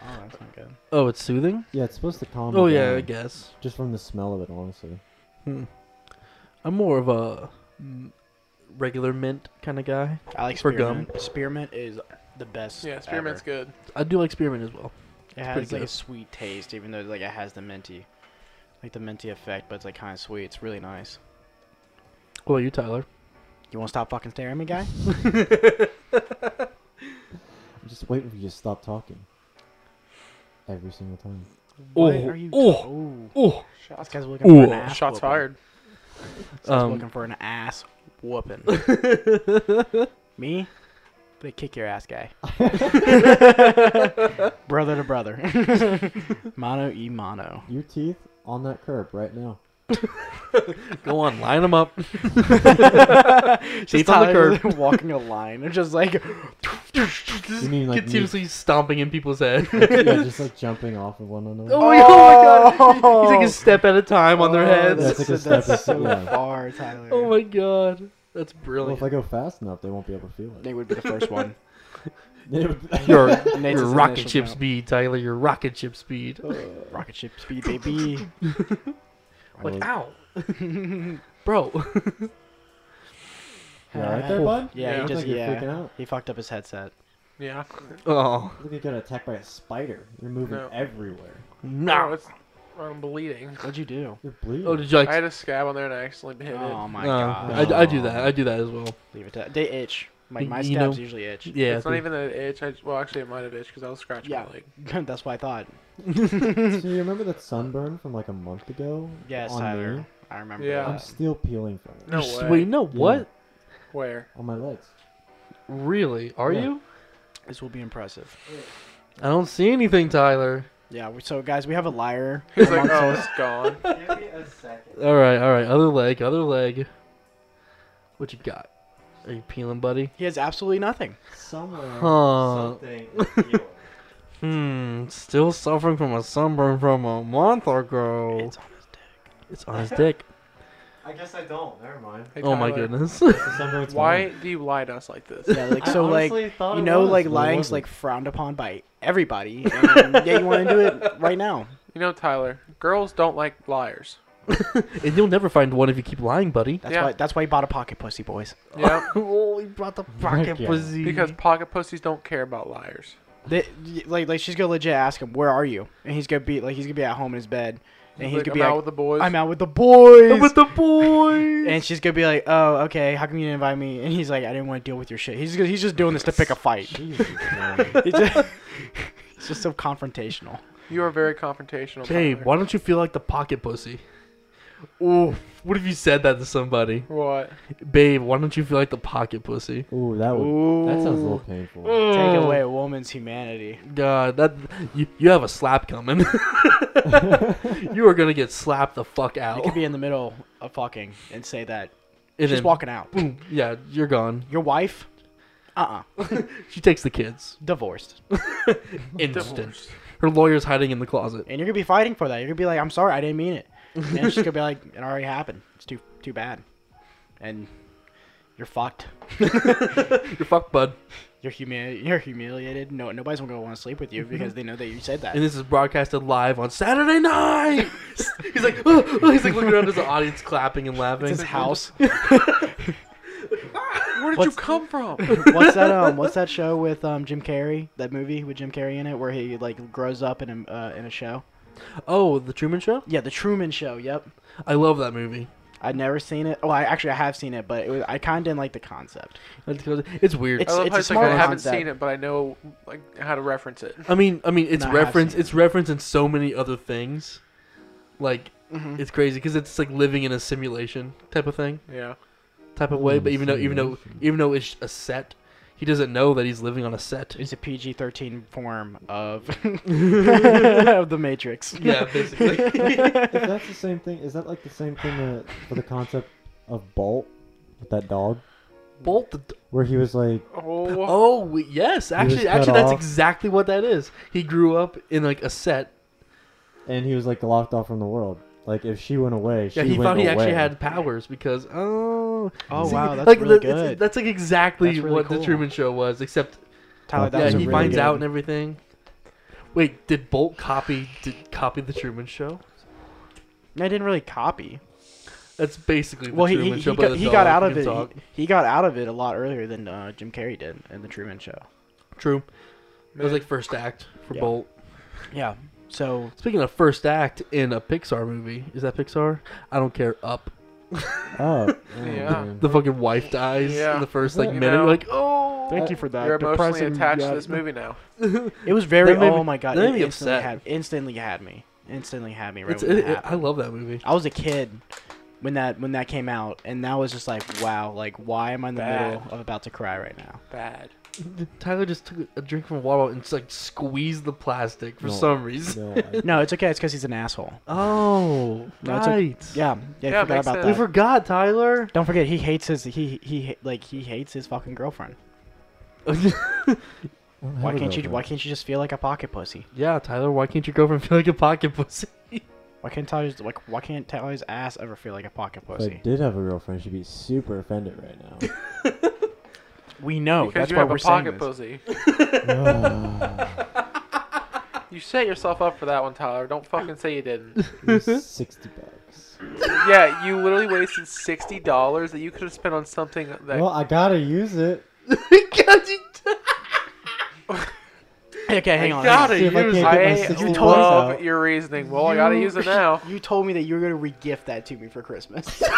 Oh, that's not good.
Oh, it's soothing.
Yeah, it's supposed to calm.
Oh
you
yeah, I
down,
guess.
Just from the smell of it, honestly.
Hmm. I'm more of a mm, regular mint kind of guy.
I like
For gum.
spearmint. Spearmint is the best.
Yeah, spearmint's
ever.
good.
I do like spearmint as well.
It
pretty
has like a
good.
sweet taste, even though like it has the minty, like the minty effect, but it's like kind of sweet. It's really nice.
What about you, Tyler?
You want to stop fucking staring at me, guy?
I'm just waiting for you to stop talking. Every single time.
What
Oh,
are you?
oh.
ooh.
Oh,
This
Shots,
guy's looking for an
Ooh.
ass.
shots
whooping.
fired.
This guy's
Um,
looking for an ass whooping. me, they kick your ass, guy. brother to brother. mono e mono.
Your teeth on that curb right now.
go on, line them up.
Just
on the
Tyler walking a line. They're just like
Just
You mean like me?
continuously stomping in people's head.
yeah, just like jumping off of one another.
Oh, yeah, oh my god! He's like
Oh.
a step at a time on their
Oh,
heads.
That's like a
so-
step
that's
of-
so
yeah.
far, Tyler.
Oh my god, that's
Well, if
brilliant.
I go fast enough, they won't be able to feel it.
Nate would be the first one.
Your your
Nate's his
rocket
initials
ship
now.
speed, Tyler. Your rocket ship speed.
Rocket ship speed, baby.
I
Like,
was-
ow, bro.
You alright there, bud?
Yeah,
Yeah,
he
I
Looks
just
like you're
yeah.
freaking out.
He fucked up his headset.
Yeah.
Oh
Look, you got attacked by a spider. You're moving
No.
everywhere.
No,
no!
Oh, it's I'm bleeding.
What'd you do?
You're bleeding.
Oh, did you like?
I had a scab on there and I accidentally hit
Oh
it.
my
Oh,
god.
I, I do that. I do that as well.
Leave it. To, they itch. Like
You-
my
you
stabs
know-
usually itch.
Yeah.
it's not even an itch. I, well, actually, it might have itched because I was scratching
Yeah.
my leg.
That's what I thought.
So you remember that sunburn from like a month ago?
Yes,
on
Tyler.
me?
I remember.
Uh,
Yeah.
I'm
That.
still peeling from it
No
You're s-
way.
Wait, you know what?
Where?
on my legs.
Really? Are
Yeah.
you?
This will be impressive.
I don't see anything, Tyler.
Yeah. we- So guys, we have a liar.
He's like,
amongst
oh,
us.
it's gone.
Give me a second.
All right, all right. Other leg, other leg. What you got? Are you peeling, buddy?
He has absolutely nothing.
Somewhere,
Huh.
something. is peeling.
Hmm. Still suffering from a sunburn from a month ago.
It's
It's, on his dick.
I guess I don't. Never mind.
Hey,
oh my
Tyler,
goodness.
The sunburn's
Why
gone.
do you lie to us like this?
Yeah. Like
I
so, like
honestly thought
you
it
know,
was,
like
but it
lying's
wasn't.
like frowned upon by everybody. And, yeah, you want to do it right now.
You know, Tyler, girls don't like liars.
and you'll never find one if you keep lying, buddy.
That's
Yeah.
why. That's why he bought a pocket pussy, boys.
Yeah,
oh, he brought the
Right,
pocket
yeah.
pussy.
because
Mm-hmm.
pocket pussies don't care about liars.
They, like, like she's gonna legit ask him, "Where are you?" And he's gonna be like, he's gonna be at home in his bed, and he's
like,
gonna
I'm
be
out
like,
with the boys.
"I'm out with the boys."
with the boys.
and she's gonna be like, "Oh, okay. How come you didn't invite me?" And he's like, "I didn't want to deal with your shit." He's he's just doing this to pick a fight.
Jesus, man.
He's just, it's just so confrontational.
You are very confrontational.
Hey,
Tyler.
why don't you feel like the pocket pussy? Oof. What if you said that to somebody?
What?
Babe, why don't you feel like the pocket pussy?
Ooh, that would.
Ooh,
That sounds a little painful.
take
Oh,
away a woman's humanity.
God, that you, you have a slap coming. you are gonna get slapped the fuck
You
out.
could be in the middle of fucking and say that.
Oh. And
She's
then,
walking out.
boom, yeah, you're gone.
Your wife, uh, uh
She takes the kids.
divorced,
Instant.
Divorce.
Her lawyer's hiding in the closet.
and you're gonna be fighting for that. You're gonna be like, "I'm sorry, I didn't mean it," and she's gonna be like, "It already happened. It's too too bad," and you're fucked.
You're fucked, bud.
You're humili- You're humiliated. No, nobody's gonna want to sleep with you because they know that you said that.
Mm-hmm. And this is broadcasted live on Saturday night. he's like, "Oh, oh," he's like looking around at the audience, clapping and laughing.
It's his house.
Where did
What's-
you come from?
what's that? Um, what's that show with um Jim Carrey? That movie with Jim Carrey in it, where he like grows up in a uh, in a show.
Oh, the Truman Show.
Yeah, The Truman Show. Yep.
I love that movie.
I'd never seen it. Well, I actually I have seen it, but it was, I kind of didn't like the concept.
It's weird.
I
It's-
love
it's
how
a
it's like, I
smart
haven't
concept.
seen it, but I know like how to reference it.
I mean, I mean, it's
No, I have
reference.
seen
It's referenced in so many other things. Like
Mhm.
it's crazy because it's like living in a simulation type of thing,
Yeah.
type of way.
Living
But
in a
even though, even though,
simulation.
even though it's a set, he doesn't know that he's living on a set.
It's a PG thirteen form of of the Matrix.
yeah, basically.
If that's the same thing, is that like the same thing that, for the concept of Bolt with that dog,
Bolt. The, d-
where he was like,
Oh.
oh we- yes,
was
actually,
cut
actually, that's
off.
exactly what that is. He grew up in like a set.
and he was like locked off from the world. Like if she went away, she
Yeah, he
went
thought he
away.
actually had powers because oh.
Oh,
See,
wow, that's
like,
really
the- it's-
good.
That's like exactly
That's really
what
cool.
the Truman Show was, except
Tyler, that
yeah,
was
he
a really
finds
good-
out and everything. Wait, did Bolt copy did copy the Truman Show?
I didn't really copy.
That's basically the
well, he,
Truman
he, he
Show. but
got,
a
he got
dog
out
can
of it.
talk.
He, he got out of it a lot earlier than uh, Jim Carrey did in the Truman Show.
True. It was
Man.
like first act for
Yeah.
Bolt.
Yeah. So
Speaking of first act in a Pixar movie, is that Pixar? I don't care. Up.
Oh, oh,
Yeah.
man.
The fucking wife dies
Yeah.
in the first
Is
like
that-
minute.
You know,
You're like, oh,
thank
Uh,
you for that.
You're emotionally
depressing-
attached
yeah.
to this movie now.
It was very.
That made me-
oh my god!
that
It
made me
instantly
upset.
had instantly had me. Instantly had me. Right
it's,
when that
it, it-
happened.
I love that movie.
I was a kid when that when that came out, and that was just like, wow, like why am I in the
Bad.
middle of about to cry right now?
Bad.
Tyler just took a drink from a water bottle and just, like squeezed the plastic for
No.
some reason.
No, I-
No, it's okay. It's because he's an asshole.
Oh,
No, it's a-
right.
Yeah, yeah, I
Yeah, it
forgot
makes
about
sense.
we
that.
forgot, Tyler.
Don't forget, he hates his he he like he hates his fucking girlfriend.
I don't have
Why
a
can't you? Why
girlfriend.
can't you just feel like a pocket pussy?
yeah, Tyler. Why can't your girlfriend feel like a pocket pussy?
Why can't Tyler's like why can't Tyler's ass ever feel like a pocket
If I
pussy?
did have a girlfriend, she'd be super offended right now.
We know
because
Oh, that's
you
why
have
we're
a
saying
pocket
this.
pussy.
Ah,
You set yourself up for that one, Tyler. Don't fucking say you didn't.
Sixty bucks.
yeah, you literally wasted sixty dollars that you could have spent on something that.
Well, I gotta use it.
God, you
Okay, hang
I
on.
got
hang
it.
on.
See if I
use-
can't
I
get my 60
love
bucks out.
your reasoning. Well, I gotta use it now.
You told me that you were gonna regift that to me for Christmas.
Dude,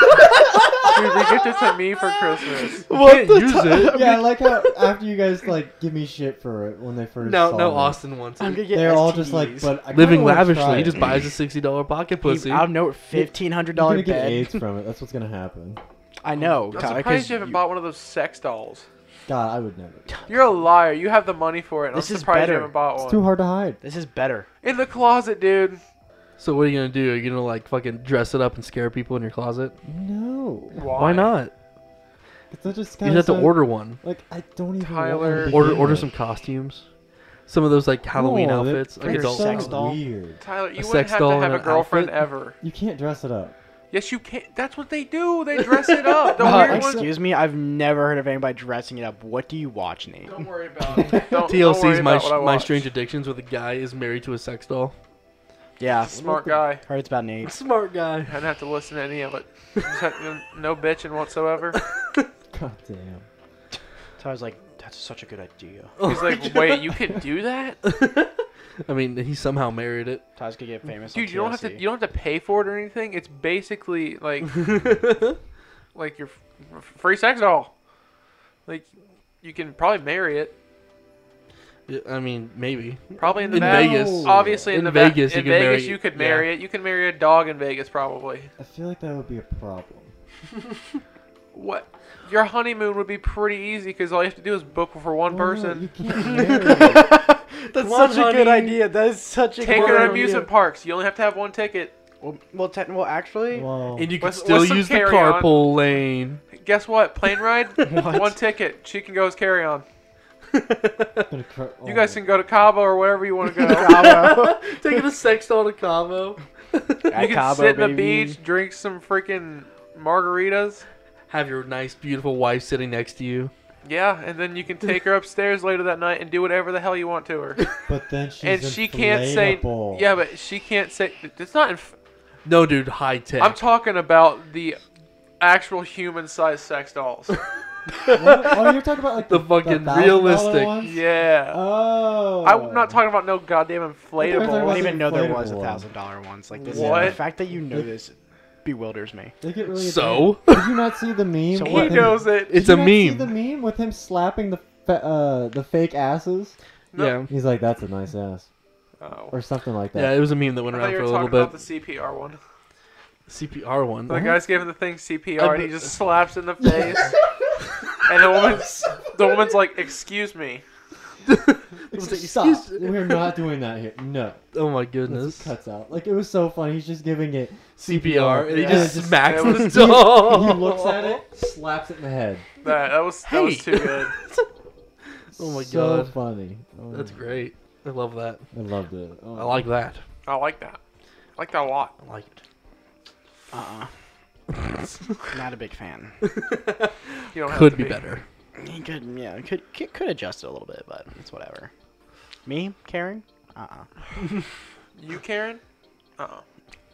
they gift it to me for Christmas.
can't use it.
yeah, I like how after you guys like give me shit for it when they first.
No,
saw
no,
me.
Austin wants
I'm
it.
gonna get
They're all just like,
STDs.
but I kinda
Living
wanna
lavishly,
try
he
it.
just buys a sixty dollar pocket pussy.
I know fifteen hundred
You're
dollar
gonna get
bed.
AIDS from it. That's what's gonna happen.
I know.
I'm
Tyler,
surprised
'cause
you haven't
you-
bought one of those sex dolls.
God, I would never.
You're a liar. You have the money for it. and
This
I'm
is
surprised
better.
you haven't bought
It's
one.
too hard to hide.
This is better.
In the closet, dude.
so what are you gonna do? Are you gonna like fucking dress it up and scare people in your closet?
No,
Why,
Why not?
it's not just
You
kind
just have
of
to order one.
Like I don't even.
Tyler-
want
Order order some costumes. Some of those like Halloween
no, that-
outfits, like
they're
adult
so
sex doll.
Weird.
Tyler, you wouldn't
sex
have
doll
to
and
have a
an
girlfriend
outfit?
ever.
You can't dress it up.
Yes, you can. That's what they do. They dress it up. The
Uh,
weird ones.
excuse me, I've never heard of anybody dressing it up. What do you watch, Nate?
Don't worry about it. Don't, don't worry
TLC's my
about what I
my
watch.
strange addictions where the guy is married to a sex doll.
Yeah,
Smart guy.
heard it's about Nate.
Smart guy.
I didn't have to listen to any of it. Just had no- no bitching whatsoever.
God damn.
So I was like, that's such a good idea.
He's like, wait, you can do that,
I mean, he somehow married it.
Ty's gonna get famous.
dude?
on
You don't have to.
TLC.
You don't have to pay for it or anything. It's basically like, like your f- free sex doll. Like, you can probably marry it.
Yeah, I mean, maybe.
Probably in the
In
back.
Vegas.
Obviously, in,
In
the back-
Vegas, you
in
can
Vegas,
marry-
you could
yeah.
marry it. You can marry a dog in Vegas, probably.
I feel like that would be a problem.
What? Your honeymoon would be pretty easy because all you have to do is book for one
Well, no,
person.
you can't marry.
That's
Come on,
such a good
honey.
idea. That is such a
Take
good
her to
idea.
amusement parks. You only have to have one ticket.
Well, well, te- well actually,
Well,
And you can
What's-
still
what's some
use the
carry-on?
carpool lane.
Guess what? Plane ride,
What?
one ticket. She can go as carry on.
gonna cr-
You
oh,
guys can go to Cabo or wherever you want to go.
Cabo.
Taking a sex doll to Cabo.
you
At
can
Cabo,
sit in the
baby.
beach, drink some freaking margaritas.
Have your nice, beautiful wife sitting next to you.
Yeah, and then you can take her upstairs later that night and do whatever the hell you want to her.
But then she's
and she can't say.
inflatable.
Yeah, but she can't say. It's not. Inf-
No, dude, high tech.
I'm talking about the actual human-sized sex dolls.
What? Oh, you're talking about like
The
the,
fucking
$1,000
realistic-
ones?
yeah.
Oh.
I'm not talking about no goddamn
I
I
thought
didn't
inflatable.
you
even know there was a
inflatable.
thousand dollar ones like this.
What?
The fact that you know this bewilders me.
They get really
so?
advanced. Did you not see the meme?
So
with
what?
He
him-
knows it.
Did
It's
you
a
not see
meme.
the meme with him slapping the fa- uh, the fake asses.
No.
Yeah.
He's like, "That's a nice ass,"
Oh.
or something like
Yeah,
that.
it was a meme that
I
went
thought
around
you
for
were
a
talking
little
about
bit.
the CPR one.
CPR one.
The guy's giving the thing CPR and he
I'd-
just slaps in the face. and the woman's, the woman's like, "Excuse me."
It's
Like,
like, Stop.
"Excuse-
We're not doing that here. No.
Oh my
This
goodness.
cuts out. Like it was so funny. He's just giving it.
CPR. And he
Yeah,
just
just-
smacks
it
the
was-
doll.
He looks at it, slaps it in the head.
That that was that was
Hey.
too good.
Oh my
so
God.
funny. Oh,
That's great. I love that.
I loved it. Oh.
I like that.
I like that. I like that a lot.
I like it.
Uh. uh Not a big fan.
You don't have
Could
to
be better.
He could, yeah, could could, could adjust it a little bit, but it's whatever. Me, Karen? Uh uh
You, Karen? Uh-uh.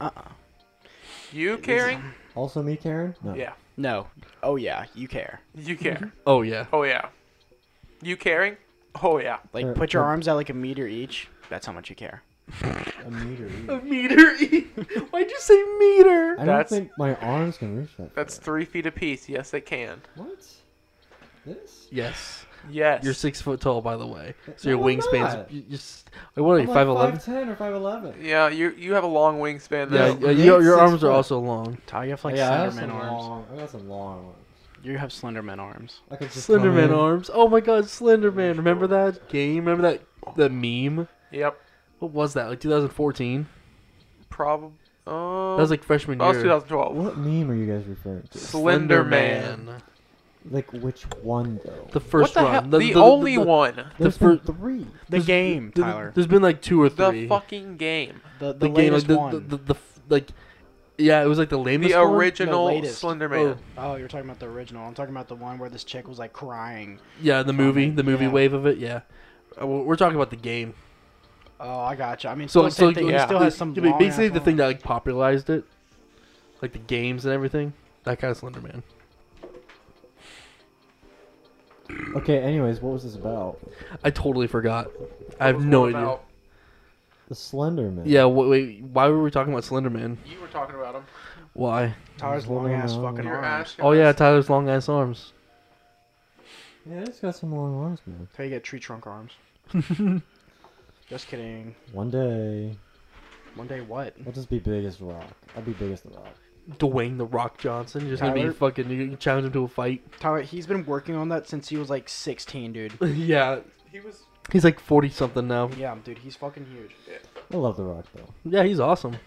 uh.
Uh-uh.
You, Karen?
Also, me, Karen? No.
Yeah.
No. Oh yeah, you care.
You care.
Oh yeah.
Oh, yeah. You caring? Oh, yeah.
Like
Uh,
put your
uh,
arms out like a meter each. That's how much you care.
A meter. each.
A meter. Why'd you say meter?
I don't
That's-
think my arms can reach that.
That's three feet apiece. Yes, they can.
far. what? This?
Yes.
Yes.
You're six foot tall, by the way. So your
No, I'm
wingspan's
not.
you just. Like, what are you? Five eleven?
Five ten or five eleven.
yeah, you you have a long wingspan
Yeah.
though.
yeah,
Nate's
your your
six
arms are
foot.
also long.
Ty, you have like
yeah, I have
Slenderman
some
arms.
long. I got some long ones.
You have Slenderman arms.
I could just come
Slenderman
in.
arms. Oh my God, Slenderman! Remember that game? Remember that that meme?
Yep.
What was that? Like 2014?
Probably. Oh.
That was like freshman
that was
year.
2012.
What meme are you guys referring to?
Slender Man.
Like which one though?
The first
what the
one.
hell? The, only one.
There's
the
been
fir-
three.
The
There's-
game,
th-
Tyler.
There's been like two or three.
The fucking game.
The the,
The game,
latest
like, the,
one.
The, the, the f- like, yeah, it was like the lamest
The
one?
original
latest.
Slender Man.
oh, you're talking about the original. I'm talking about the one where this chick was like crying.
Yeah, the movie, the movie
Oh, Yeah.
wave of it. Yeah, Uh, we're we're talking about the game.
Oh, I gotcha. I mean,
So,
still
so
so, thing.
yeah.
It still has some.
I mean,
long
basically
ass
the thing
arms.
that like popularized it, like the games and everything. That kind of Slender Man.
Okay. Anyways, what was this about?
I totally forgot. I have
Was
no
one
idea.
about-
The Slender Man.
Yeah, wait, wait, why were we talking about Slender Man?
You were talking about him.
Why?
Tyler's
Hold on,
long ass
hold on.
fucking
Your
arms.
ass.
Oh yeah, Tyler's long ass arms.
Yeah, it's got some long arms, man.
How you get tree trunk arms? Just kidding.
One day,
One day, what?
I'll just be big as the Rock. I'll be big as the Rock.
Dwayne the Rock Johnson. You're just gonna
Tyler?
be fucking. You can challenge him to a fight.
Tyler, he's been working on that since he was like 16, dude.
yeah,
He was.
he's like forty something now.
yeah, dude, he's fucking huge.
I love the Rock though.
Yeah, he's awesome.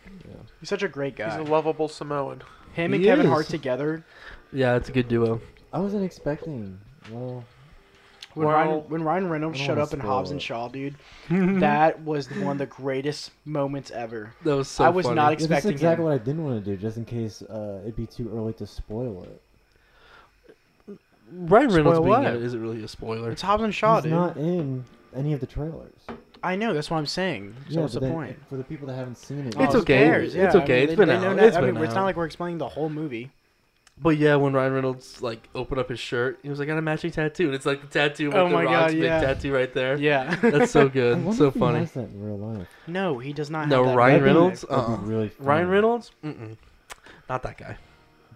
He's such a great
He's
guy.
a lovable Samoan.
Him and
He
Kevin
is.
Hart together.
Yeah, it's a good duo.
I wasn't expecting. Well,
When,
Well-
Ryan, when Ryan Reynolds
I don't
showed
wanna
up in Hobbs
spoil
and
it.
Shaw, dude, that was one of the greatest moments ever.
That was so.
I was
funny.
not
this is
expecting
exactly
him.
what I didn't want to do, just in case uh, it'd be too early to spoil it.
Ryan Reynolds
Spoil
being
what?
in it isn't really a spoiler.
It's Hobbs and Shaw,
He's
dude.
not in any of the trailers.
I know. That's what I'm saying. So what's
but
the
then-
point? Oh,
for the people that haven't seen it,
It's
who
just-
okay.
cares?
It's okay.
I
It's
mean, they-
been
they know
out.
that-
It's
I
been
mean, it's not
out.
like we're explaining the whole movie.
But yeah, when Ryan Reynolds like opened up his shirt, he was like, "I got a matching tattoo," and it's like the tattoo with
Oh
the
my God,
Rock's big
yeah.
tattoo right there.
Yeah.
That's so
I
good,
wonder
so
if he
funny.
has that in real life.
no, he does not.
No,
have that
Ryan
bad
Reynolds?
vibe.
That'd
Uh-uh.
be really funny.
Ryan Reynolds, Mm-mm. not that guy.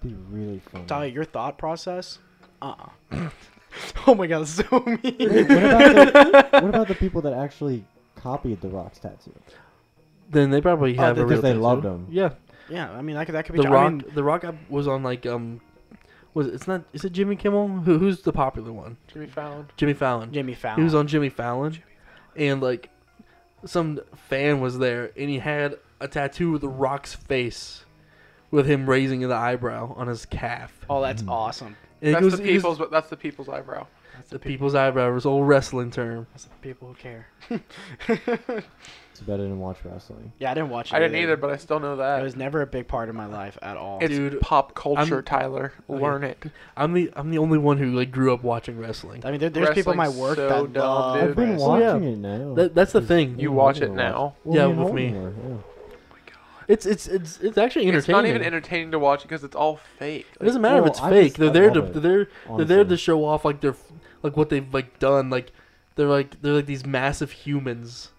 That'd be really funny.
Dahlia, your thought process? Uh. uh oh my god, that's so mean.
Wait, what, about the, what about the people that actually copied the Rock's tattoo?
Then they probably
Oh,
have a
because
real
they
tattoo.
loved him.
Yeah,
Yeah, I mean that could that could be.
The
I
Rock.
mean,
the Rock was on like um, was it, it's not is it Jimmy Kimmel? Who, who's the popular one?
Jimmy Fallon.
Jimmy Fallon.
Jimmy Fallon.
He was on Jimmy Fallon, and like some fan was there, and he had a tattoo of the Rock's face, with him raising the eyebrow on his calf.
Oh, that's
Mm.
awesome.
And it
That's
goes-
the
it goes-
people's. that's the people's eyebrow.
the people's eyebrow was old wrestling term.
That's the people who care.
Too bad I didn't watch wrestling.
Yeah, I didn't watch it.
I didn't either, but I still know
it
that.
was never a big part of my life at all.
it's
Dude,
pop culture,
I'm-
Tyler.
Oh, yeah.
Learn it.
I'm the I'm the only one who like grew up watching wrestling.
I mean, there, there's people at my
Wrestling's
work
so
that
dumb,
love
dude.
I've been
wrestling.
yeah.
watching it now.
That, that's the thing.
You
Yeah,
watch
I've
it
been
now.
watching- well,
Yeah,
and
with me.
Holden were, yeah.
It's it's it's it's actually entertaining.
It's not even entertaining to watch because it's all fake.
It doesn't matter
Well,
if it's
I
fake.
just-
they're
I
there
love
to they're
it,
they're there to
honestly.
show off like their like what they've like done. Like they're like they're like these massive humans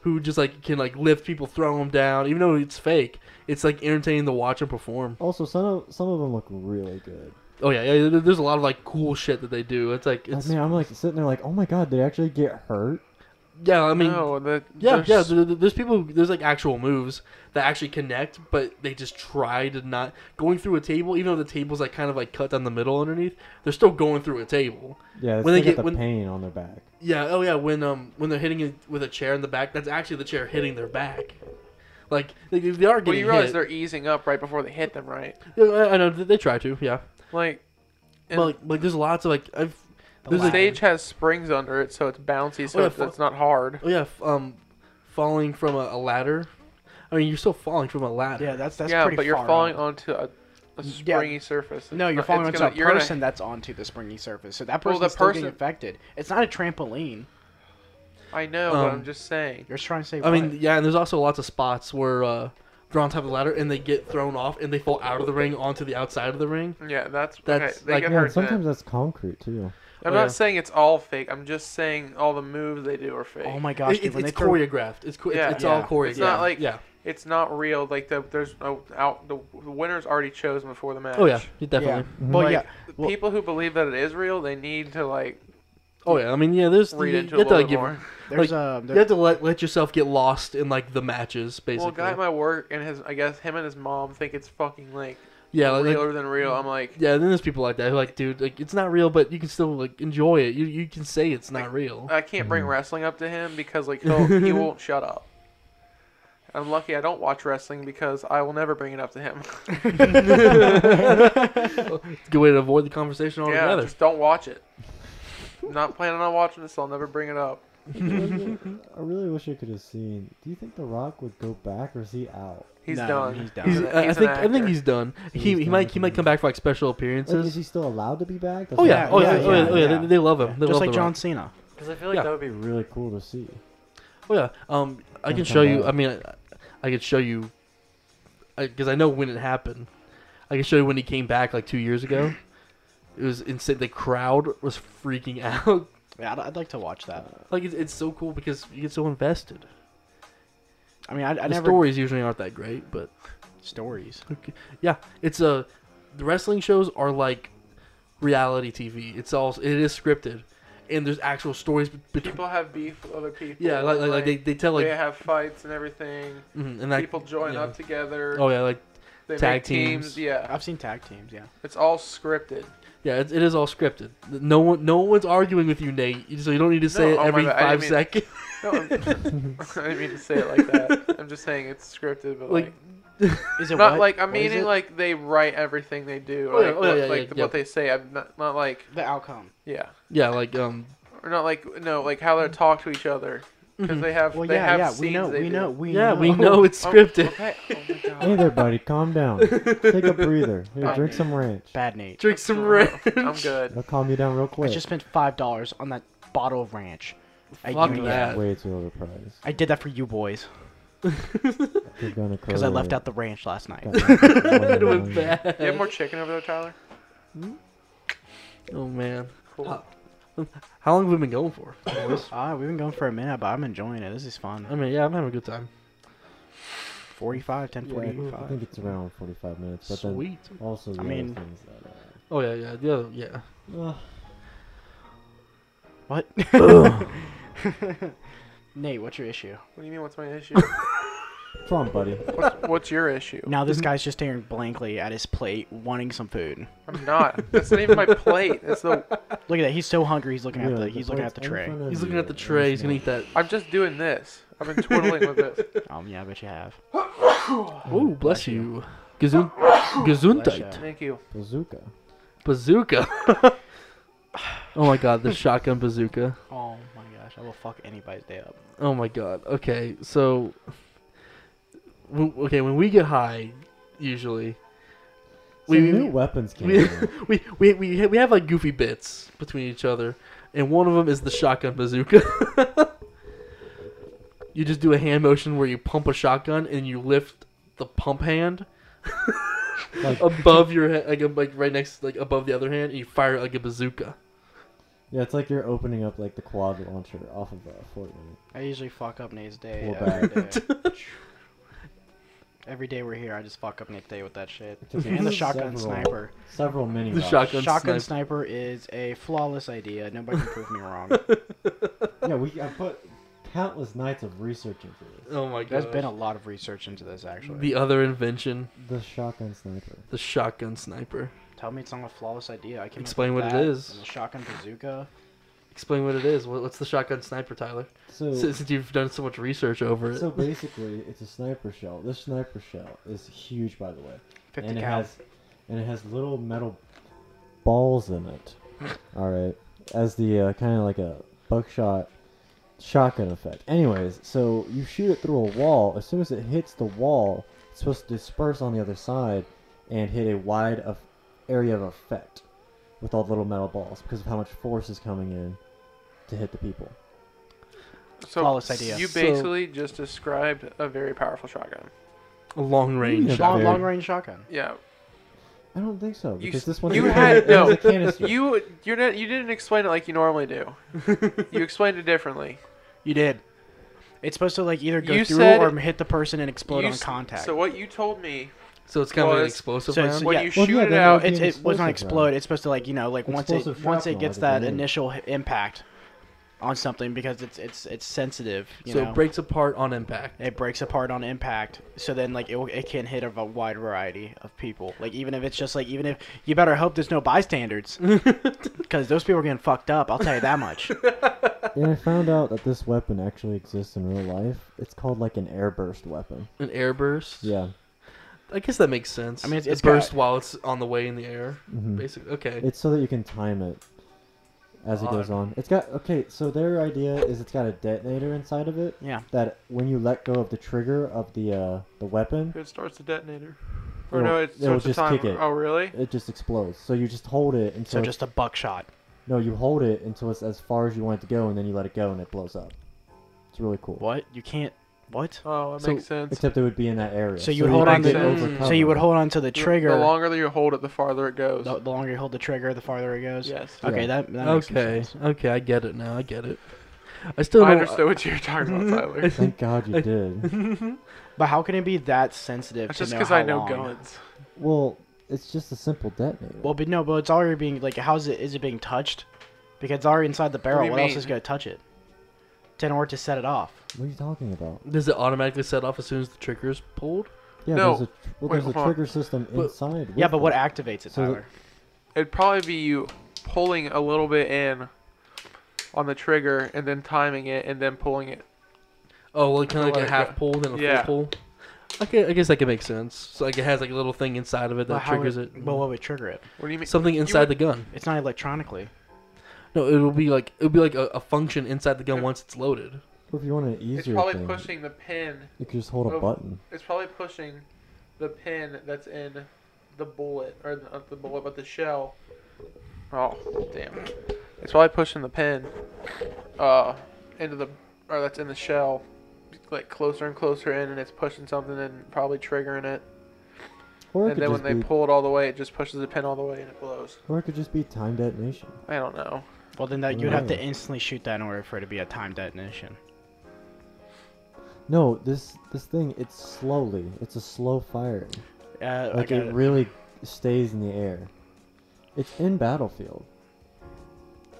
who just like can like lift people, throw them down. Even though it's fake, it's like entertaining to watch and perform.
Also, some of some of them look really good.
Oh yeah, yeah. there- There's a lot of like cool shit that they do. It's like
Like,
it's
man, I'm like sitting there like, oh my god, did they actually get hurt?
yeah. I mean
no, the,
yeah, yeah.
there's-
There, there- there's people. who- There's like actual moves that actually connect, but they just try to not going through a table. Even though the table's like kind of like cut down the middle underneath, they're still going through a table.
Yeah,
When
it's when
they
they
get-
the
when-
pain on their back.
Yeah. Oh yeah. When um when they're hitting it with a chair in the back, that's actually the chair hitting their back. Like they, they are
Well,
getting
you realize
hit.
they're easing up right before they hit them, right?
Yeah, I, I know they they try to. Yeah.
Like, and
but like, like there's lots of like I've
the
there's like
stage has springs under it, so it's bouncy, so
yeah,
it's,
fu-
it's not hard.
oh yeah f- um falling from a, a ladder. I I mean, you're still falling from a ladder.
Yeah, that's that's
yeah,
pretty
but you're
far
falling
out.
onto a, a
Yeah.
springy surface.
No, you're
It's not-
falling onto
it's gonna-
a
you're gonna-
person that's onto the springy surface. So that
Well,
person's
the
still getting
person-
affected. It's not a trampoline.
I know, but
Um,
I'm just saying.
You're trying to say.
I
what?
mean, yeah, and there's also lots of spots where uh, they're on top of the ladder and they get thrown off and they fall out of the ring onto the outside of the ring.
Yeah, that's,
That's,
okay. They
like,
get
Yeah,
hurt.
and
then.
sometimes that's concrete too.
I'm
Oh,
not
yeah.
saying it's all fake. I'm just saying all the moves they do are fake.
oh my gosh,
It-
dude,
it-
when
it's
they throw
choreographed. It's co- it's-
Yeah.
it's all
Yeah.
choreographed.
It's not like-
yeah.
It's not real. Like the there's no out. The, the winner's already chosen before the match.
Oh yeah, definitely.
Yeah. Well,
Like,
yeah.
the
well-
people who believe that it is real, they need to like
Oh yeah. I mean, yeah. There's
read
you,
into
you
it
have to
a little
like,
bit
give-
more.
There's
like,
um.
you have to let let yourself get lost in like the matches,
Well, a
basically.
guy at my work and his, I guess him and his mom think it's fucking like
yeah, like, like-
realer than real. I'm like,
yeah. Then there's people like that who like, dude, like it's not real, but you can still like enjoy it. You you can say it's not
Like,
real.
I can't
Mm.
bring wrestling up to him because like he'll, he won't shut up. I'm lucky I don't watch wrestling because I will never bring it up to him.
It's a good way to avoid the conversation
yeah,
altogether.
just don't watch it. Not planning on watching this. I'll never bring it up.
I really wish I could have seen. Do you think The Rock would go back or is he out?
He's
No,
done.
he's done.
He's,
an-
I- I
an
think I think
actor.
he's done.
He's
he he
done,
might he might
yeah.
come back for like special
Like, is
appearances.
he still allowed to be back? That's
Oh
what
yeah,
I'm
oh yeah,
saying.
oh yeah, oh yeah.
yeah.
They, they love him. They
just
love
like
The
John
Rock.
Cena.
Because I feel like
Yeah.
that would
That'd
be.
be really cool to see.
Oh yeah. Um, I
Don't
can
come
show you.
back.
I mean, I, I could show you, because I know when it happened. I can show you when he came back like two years ago. it was insane. The crowd was freaking out.
Yeah, I'd, I'd like to watch that.
like it's, it's so cool because you get so invested.
I mean, I, I
the
never
stories usually aren't that great, but
stories.
okay. yeah, it's a. The wrestling shows are like reality TV. It's all it is scripted, and there's actual stories be- between.
People have beef with other people.
Yeah, like, like, like they, they tell like
they have fights and everything.
mhm, and like
people join
yeah.
up together.
Oh yeah, like
they
tag
make teams.
teams.
Yeah,
I've seen tag teams. Yeah.
it's all scripted.
Yeah, it, it is all scripted. No one, no one's arguing with you, Nate. So you don't need to say
No,
it
oh my
every
bad, I
five
didn't
seconds.
No, I'm, I didn't mean to say it like that. I'm just saying it's scripted, but like,
Like,
Is it
not
what?
like I'm
What is
meaning
it?
like they write everything they do,
Oh, yeah,
like,
oh, yeah,
what-
yeah,
like
yeah,
what
yeah.
they say. I'm not, not like
the outcome.
yeah,
yeah, like um,
or not like no, like how they talk to each other because they have
Well,
they
yeah,
have
yeah.
scenes
We know.
they
We
do.
know. We
yeah,
know.
we know it's
Oh,
scripted.
okay. Oh my
Hey
god.
there, buddy. Calm down. Take a breather. Here, drink some ranch.
Bad Nate.
Drink some ranch.
I'm good.
That'll calm you down real
I
quick.
just spent five dollars on that bottle of ranch. I,
Fuck
do-
that.
Way too overpriced.
I did that for you boys
You're gonna
because I left
cry.
out the ranch last night.
It
That
was
was bad.
bad.
You have more chicken over there, Tyler.
Oh man,
Cool.
Uh, how long have we been going for?
Ah, we've been going for a minute, but I'm enjoying it. This is fun.
I mean, yeah, I'm having a good time.
45, 10,
Yeah, I think-
45.
I think it's around 45 minutes. But then
Sweet.
also, the
I
I
mean-
mean, things that, uh,
Oh yeah, yeah, yeah, yeah.
ugh,
What? Nate, what's your issue?
What do you mean? What's my issue?
come on, buddy.
what's, what's your issue?
Now
Mm-hmm.
this guy's just staring blankly at his plate, wanting some food.
I'm not. That's not even my plate. That's the.
Look at that. He's so hungry. He's looking
Yeah,
at the. He's looking at
plate's in
the tray.
front of
He's
you.
looking at the tray. He's gonna eat that.
I'm just doing this. I've been twiddling with this.
Um, yeah, I bet you have.
Oh, bless you. Gesund-
Bless
Gesundheit.
Thank you.
Bazooka.
Bazooka. oh my god, the shotgun bazooka.
Oh my gosh, I will fuck anybody's day up.
Oh my god. Okay, so w- okay, when we get high, usually
We,
we
new
we,
weapons came
we,
out.
we we we ha- we have like goofy bits between each other, and one of them is the shotgun bazooka. you just do a hand motion where you pump a shotgun and you lift the pump hand
Like,
above your head, like, um, like right next, like above the other hand, and you fire it like a bazooka.
yeah, it's like you're opening up like the quad launcher off of uh, Fortnite.
I usually fuck up Nate's day.
Pull
Every day. every day we're here, I just fuck up Nate's day with that shit.
Just
And the shotgun
several-
sniper.
Several mini.
The
rounds.
shotgun,
Shotgun
snipe.
sniper is a flawless idea. Nobody can prove me wrong.
Yeah, we I put countless nights of researching for this.
Oh my god!
There's been a lot of research into this actually.
the other invention,
The shotgun sniper.
the shotgun sniper.
Tell me it's not a flawless idea. I can
Explain what it is.
The shotgun bazooka.
Explain what it is. What- What's the shotgun sniper, Tyler?
So,
Since since you've done so much research over it.
so basically, it's a sniper shell. This sniper shell is huge, by the way.
50
and it
cal.
has and it has little metal balls in it all right as the uh, kind of like a buckshot Shotgun effect. Anyways, so you shoot it through a wall. As soon as it hits the wall, it's supposed to disperse on the other side and hit a wide of area of effect with all the little metal balls because of how much force is coming in to hit the people.
So
Flawless idea.
You
So-
basically just described a very powerful shotgun.
A long range.
Yeah,
shot.
Long,
dude.
long range shotgun.
Yeah.
I don't think so
You
because
s-
this one
you
it was a-
had-
it was
no,
a canister.
You you're not, you didn't explain it like you normally do. you explained it differently.
You did. It's supposed to like either go
You
through
said-
or hit the person and explode
You
on
s-
contact.
So what you told me
So it's kind of an
Was-
explosive
so
round.
it's-
when
yeah.
you
Well,
shoot
yeah,
it
they
out,
don't
it, it was
explosive
not explode.
round.
It's supposed to like you know like once it
Explosive
once it
shrapnel,
gets
like a
that
grenade.
initial h- impact on something because it's it's it's sensitive. You
so
know?
it breaks apart on impact.
it breaks apart on impact so then like it, will- it can hit a v- wide variety of people like even if it's just like even if you better hope there's no bystanders because those people are getting fucked up i'll tell you that much
and I found out that this weapon actually exists in real life. It's called like an airburst weapon.
An air burst.
Yeah.
I guess that makes sense.
I mean, it's-
It
it's
burst
got-
while it's on the way in the air.
Mm.
Mhm.
Basically, okay.
It's so that you can time it as it goes
Odd.
on. It's got okay. So their idea is it's got a detonator inside of it
yeah
that when you let go of the trigger of the uh, the weapon,
it starts the detonator. Or
It'll-
no, it
it'll
starts the
just
time.
kick it.
Oh really?
it just explodes. So you just hold it
so
until
just a buckshot
no, you hold it until it's as far as you want it to go, and then you let it go, and it blows up. It's really cool.
what you can't what
Oh, that
So,
makes sense.
Except it would be in that area.
So you would hold on
could
to-
overcome
so you would
it.
hold on to the
Oh The-
trigger
The
the,
longer you hold it, the farther it goes.
the longer you hold the trigger the farther it goes
Yes.
okay
Yeah.
that, that makes some
okay.
sense.
Okay. I get it now. I get it. I still don't.
I understood what you were talking about, Tyler.
Thank God you did.
but how can it be that sensitive
That's
to
just
know
because
how
I know
long?
guns.
well, it's just a simple detonator.
well but no but it's already being like how's it is it being touched because it's already inside the barrel
you
what else
mean?
is going to touch it in order to set it off
what are you talking about?
uh, Does it automatically set off as soon as the trigger is pulled?
Yeah,
No.
there's a tr- well,
Wait,
there's a
hold on.
trigger system
But-
inside.
Yeah,
with
but what
it.
activates it,
So the-
Tyler?
It'd probably be you pulling a little bit in on the trigger and then timing it and then pulling it.
Oh, well, kind
Or
of like
like
a
a-
half pull then a
yeah.
full pull. Okay, I guess that could make sense. So like it has like a little thing inside of it
But
that
how
triggers
would-
it.
Well, what would trigger it?
What do you mean?
Something
you
inside
would-
the gun.
It's not electronically.
No, it'll be like it'll be like a, a function inside the gun
It-
once it's loaded.
Or if you want an
It's
easier
probably
thing,
pushing the pin.
you could just hold a
Oh.
button.
It's probably pushing the pin that's in the bullet or not the bullet, but the shell. Oh, damn! It's probably pushing the pin uh into the or that's in the shell, like closer and closer in, and it's pushing something and probably triggering it.
Or it
and
could
then when
just
they
be,
pull it all the way, it just pushes the pin all the way and it blows.
or it could just be time detonation.
I don't know.
Well, then that you'd have to
Mm.
instantly shoot that in order for it to be a time detonation.
No, this this thing it's slowly. It's a slow firing.
Uh,
Like
okay.
it really stays in the air. It's in battlefield.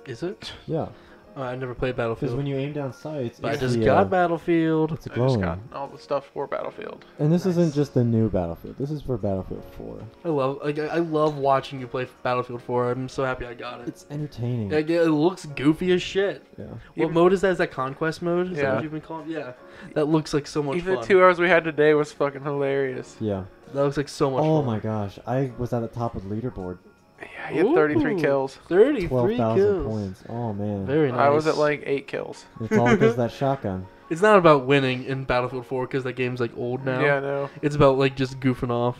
Is it?
Yeah,
Uh, I never played
because
Battlefield.
when you aim down sights,
but I
it's
just
the,
got
uh,
Battlefield.
It's a
I just
glowing.
got all the stuff for Battlefield.
And this
Nice.
isn't just the new battlefield. This is for Battlefield 4.
I love like I I love watching you play Battlefield 4. I'm so happy I got it.
It's entertaining.
Like, it looks goofy as shit.
yeah.
What
Even-
mode is that? Is that conquest mode? Is that
Yeah.
what you've been calling? Yeah. That looks like so much
Even the
fun.
two hours we had today was fucking hilarious.
Yeah.
That looks like so much
Oh
fun.
my gosh, I was at the top of the leaderboard.
Yeah, he had 33
Ooh.
kills.
33
12,000
kills.
points. Oh man.
Very nice.
I was at like eight kills.
It's all because of that shotgun.
It's not about winning in Battlefield 4 because that game's like old now.
Yeah, I know.
It's about like just goofing off.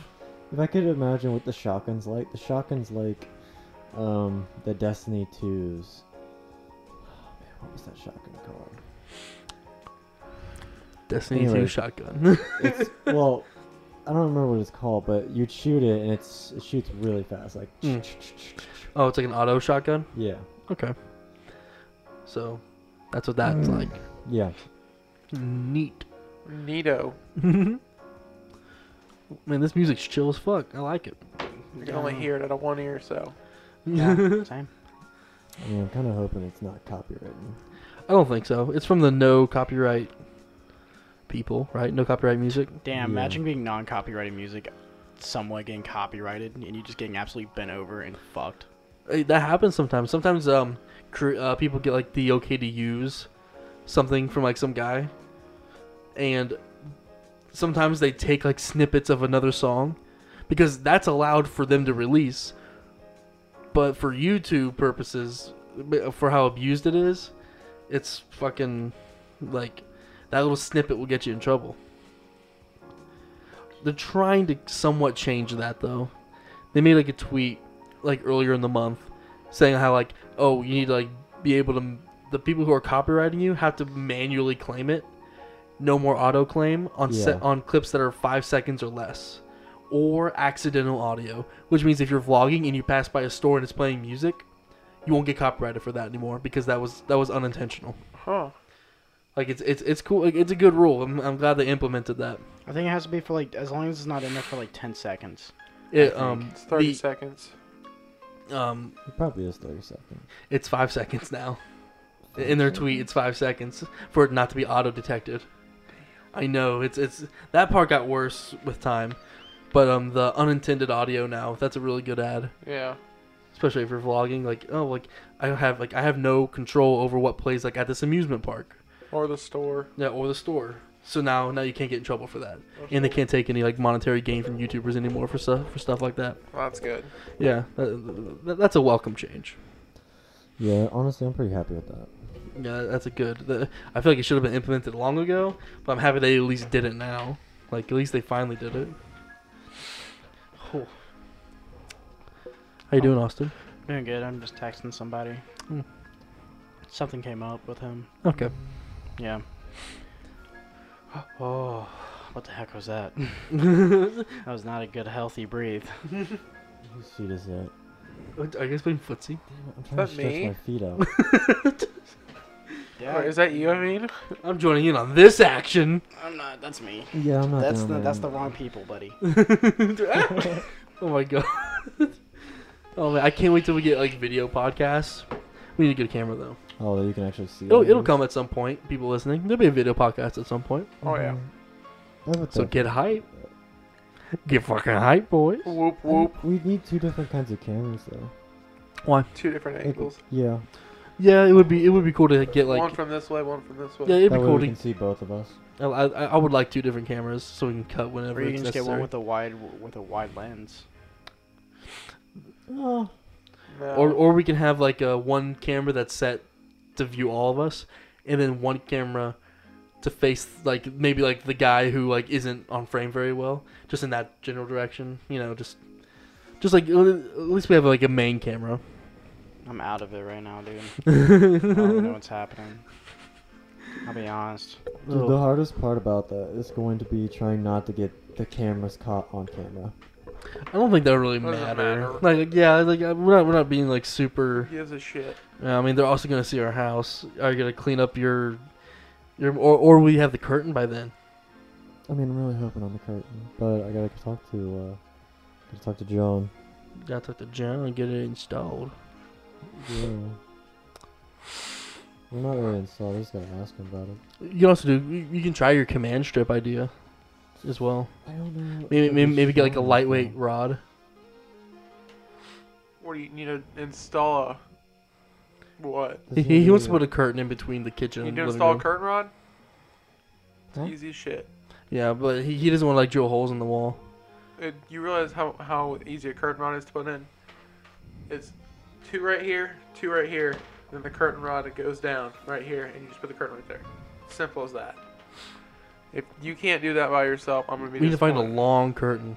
If I could imagine what the shotgun's like, the shotgun's like um, the Destiny 2s. Oh, man, what was that shotgun called?
Destiny 2
Anyway.
shotgun.
It's, well, I don't remember what it's called, but you'd shoot it and it's, it shoots really fast. Like,
Mm. oh, it's like an auto shotgun.
yeah.
Okay. So, that's what that's
Mm.
like.
Yeah.
Neat.
Neato.
Man, this music's chill as fuck. I like it.
You can only hear it out of one ear, so.
Yeah, same.
I mean, I'm kind of hoping it's not copywritten.
I don't think so. It's from the no copyright people, right? No copyright music.
Damn,
Yeah.
imagine being non-copyrighted music, somewhat getting copyrighted, and you just getting absolutely bent over and fucked.
Uh, That happens sometimes. Sometimes um, cr- uh, people get like the okay to use something from like some guy, and sometimes they take like snippets of another song because that's allowed for them to release. But for YouTube purposes, b- for how abused it is, it's fucking Like that little snippet will get you in trouble. They're trying to somewhat change that though. They made like a tweet like earlier in the month saying how like oh you need to like be able to the people who are copywriting you have to manually claim it. No more auto claim on set
Yeah.
on clips that are 5 seconds or less or accidental audio, which means if you're vlogging and you pass by a store and it's playing music, you won't get copyrighted for that anymore because that was that was unintentional.
Huh.
Like it's it's it's cool. Like, it's a good rule. I'm, I'm glad they implemented that.
I think it has to be for like as long as it's not in there for like ten seconds.
It um
It's 30
the,
seconds.
um
It probably is 30 seconds.
it's five seconds now. In their tweet, it's five seconds for it not to be auto detected. I know it's it's that part got worse with time, but um the unintended audio now that's a really good ad.
Yeah.
especially if you're vlogging like oh like i have like i have no control over what plays like at this amusement park
Or the store.
yeah, or the store so now now you can't get in trouble for that and they
Absolutely.
can't take any like monetary gain from youtubers anymore for stuff for stuff like that
Well, that's good.
yeah that, that- that's a welcome change
Yeah, honestly, I'm pretty happy with that.
yeah that's a good the, i feel like it should have been implemented long ago but i'm happy they at least did it now like at least they finally did it oh. how you doing austin
Doing good. I'm just texting somebody.
Hmm.
Something came up with him.
okay
Yeah.
oh
What the heck was that? that was not a good healthy breathe.
Whose feet is that?
i guess playing footsie
Damn it, I'm trying
that
to stretch
me?
my feet out.
Or is that you, I mean?
I'm joining in on this action.
I'm not. That's me.
yeah, I'm not
That's
down
the
there.
that's the wrong people, buddy.
oh my god. Oh man, I can't wait till we get like video podcasts. We need to get a camera though.
Oh, you can actually see.
It'll,
that.
it'll come at some point. People listening, there'll be a video podcast at some point.
Oh, yeah.
Mhm. I would
So
think-
get hype. Get fucking hype, boys.
Whoop
I
whoop.
think We need two different kinds of cameras, though.
Two different
Like,
angles.
yeah,
Yeah, it would be it would be cool to get
one
like
from this way, one from this way.
yeah, it'd be
that way
cool
we
to.
can see both of us.
I, I, I would like two different cameras so we can cut whenever
Or you
it's
can just get one
necessary.
with a wide with a wide lens.
Oh,
No.
or or we can have like a one camera that's set to view all of us, and then one camera to face like maybe like the guy who like isn't on frame very well, just in that general direction. You know, just just like at least we have like a main camera.
I'm out of it right now, dude. I don't even know what's happening. I'll be honest.
dude, the hardest part about that is going to be trying not to get the cameras caught on camera.
I don't think that really
Doesn't
matter.
matter.
Like yeah, like uh, we're not we're not being like super.
Gives a shit.
I mean, they're also gonna see our house. Are you gonna clean up your your or or we have the curtain by then?
I mean, I'm really hoping on the curtain, but I gotta talk to, uh, gotta talk to John.
Gotta talk to John and get it installed.
Yeah. I'm not really installed. I just gotta ask him about it.
You can also do. You you can try your command strip idea, as well.
I don't know.
Maybe
if
maybe,
it's
maybe get like a
strong.
lightweight rod.
Or you need to install a. What?
He,
Does
he he wants to
have
put a curtain in between the kitchen.
You
and
need to
living
install a
room.
curtain rod? It's
Huh?
easy as shit.
Yeah, but he, he doesn't want to like drill holes in the wall.
It, you realize how, how easy a curtain rod is to put in? It's two right here, two right here, and then the curtain rod it goes down right here, and you just put the curtain right there. Simple as that. If you can't do that by yourself, I'm gonna be.
We need to find a
disappointed.
long curtain.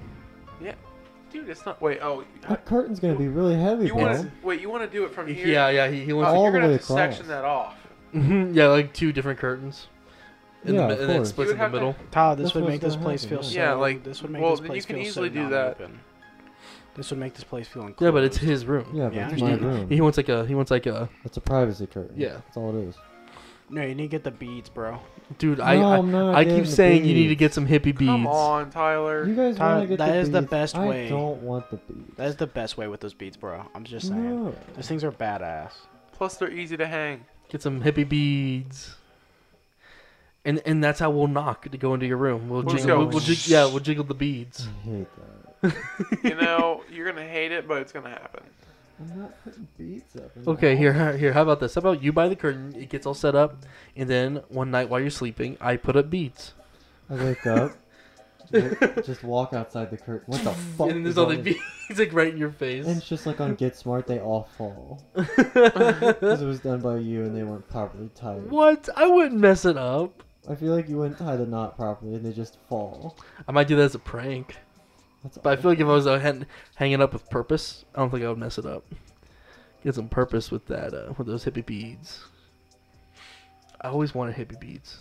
Dude, it's not. Wait, oh,
a- That curtain's gonna be really heavy,
you
bro.
want to? Wait, you want to do it from here?
Yeah, yeah. He, he
Oh,
wants.
All
you're
the
gonna
way
have to section
across.
that off.
Mhm, yeah, like two different curtains. In the,
Uh, Yeah,
mi-
of
and then it
course.
splits
You
in
would
the middle.
have
Todd, this
That's
would
what's
make this
gonna
place
happen,
feel so.
yeah. Yeah, like-
this would make
well,
this
then
place
you can
feel
easily
so
do that.
non-open. This would make this place feel enclosed.
Yeah, but it's his room.
Yeah, but
Yeah,
it's
I
my
understand.
room.
He wants like a he wants like a
It's a privacy curtain.
Yeah.
That's all it is.
No, you need to get the beads, bro.
dude. I I,
am not
I
getting
keep
the
saying you need to
beads.
get some hippie beads.
Come on, Tyler.
You guys
Tyler,
want to get
that
the
is the
beads.
best way.
I don't want the beads.
That is the best way with those beads, bro. I'm just saying.
no.
Those things are badass.
Plus, they're easy to hang.
Get some hippie beads. And and that's how we'll knock to go into your room. We'll
We'll
jiggle,
go-
we'll, we'll jig, yeah, we'll jiggle the beads.
I hate that.
You know, you're gonna hate it, but it's gonna happen.
I'm not putting beads up. in my
Okay,
house.
here, here. How about this? How about you buy the curtain? It gets all set up, and then one night while you're sleeping, I put up beads.
I wake up. Just, just walk outside the curtain. What the fuck?
and
is
there's all
on
the
this?
bees like right in your face.
And it's just like on Get Smart, they all fall. Because
what?
it was done by you and they weren't properly tied.
I wouldn't mess it up.
I feel like you wouldn't tie the knot properly and they just fall.
I might do that as a prank.
That's
But I feel like if I was out hang- hanging up with purpose, I don't think I would mess it up. Get some purpose with that, uh, with those hippie beads. I always wanted hippie beads.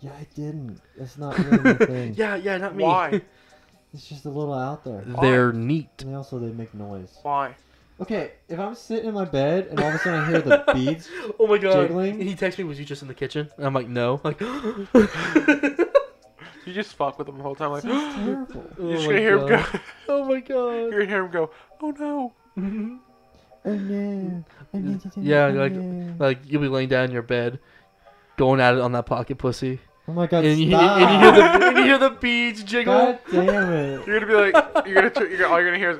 Yeah, I didn't. That's not really my thing.
yeah, yeah, not me.
Why?
It's just a little out there.
They're neat.
And they also they make noise.
Why?
Okay, if I'm sitting in my bed and all of a sudden I hear the beads,
Oh my god.
Jiggling?
He texted me, "Was you just in the kitchen?" And I'm like, "No." Like, oh
You just fuck with them the whole time. Like,
it's terrible.
you're just
my
gonna hear him go.
God. Oh my
You're
god.
gonna hear him go. Oh no.
Oh no! I need to do
Yeah,
it.
like-
No.
like you'll be laying down in your bed, going at it on that pocket pussy,
oh my god!
and you,
stop.
and you hear the and you hear the beads jiggle.
God damn it!
You're gonna be like. You're gonna. Tr- you're gonna all you're gonna hear is.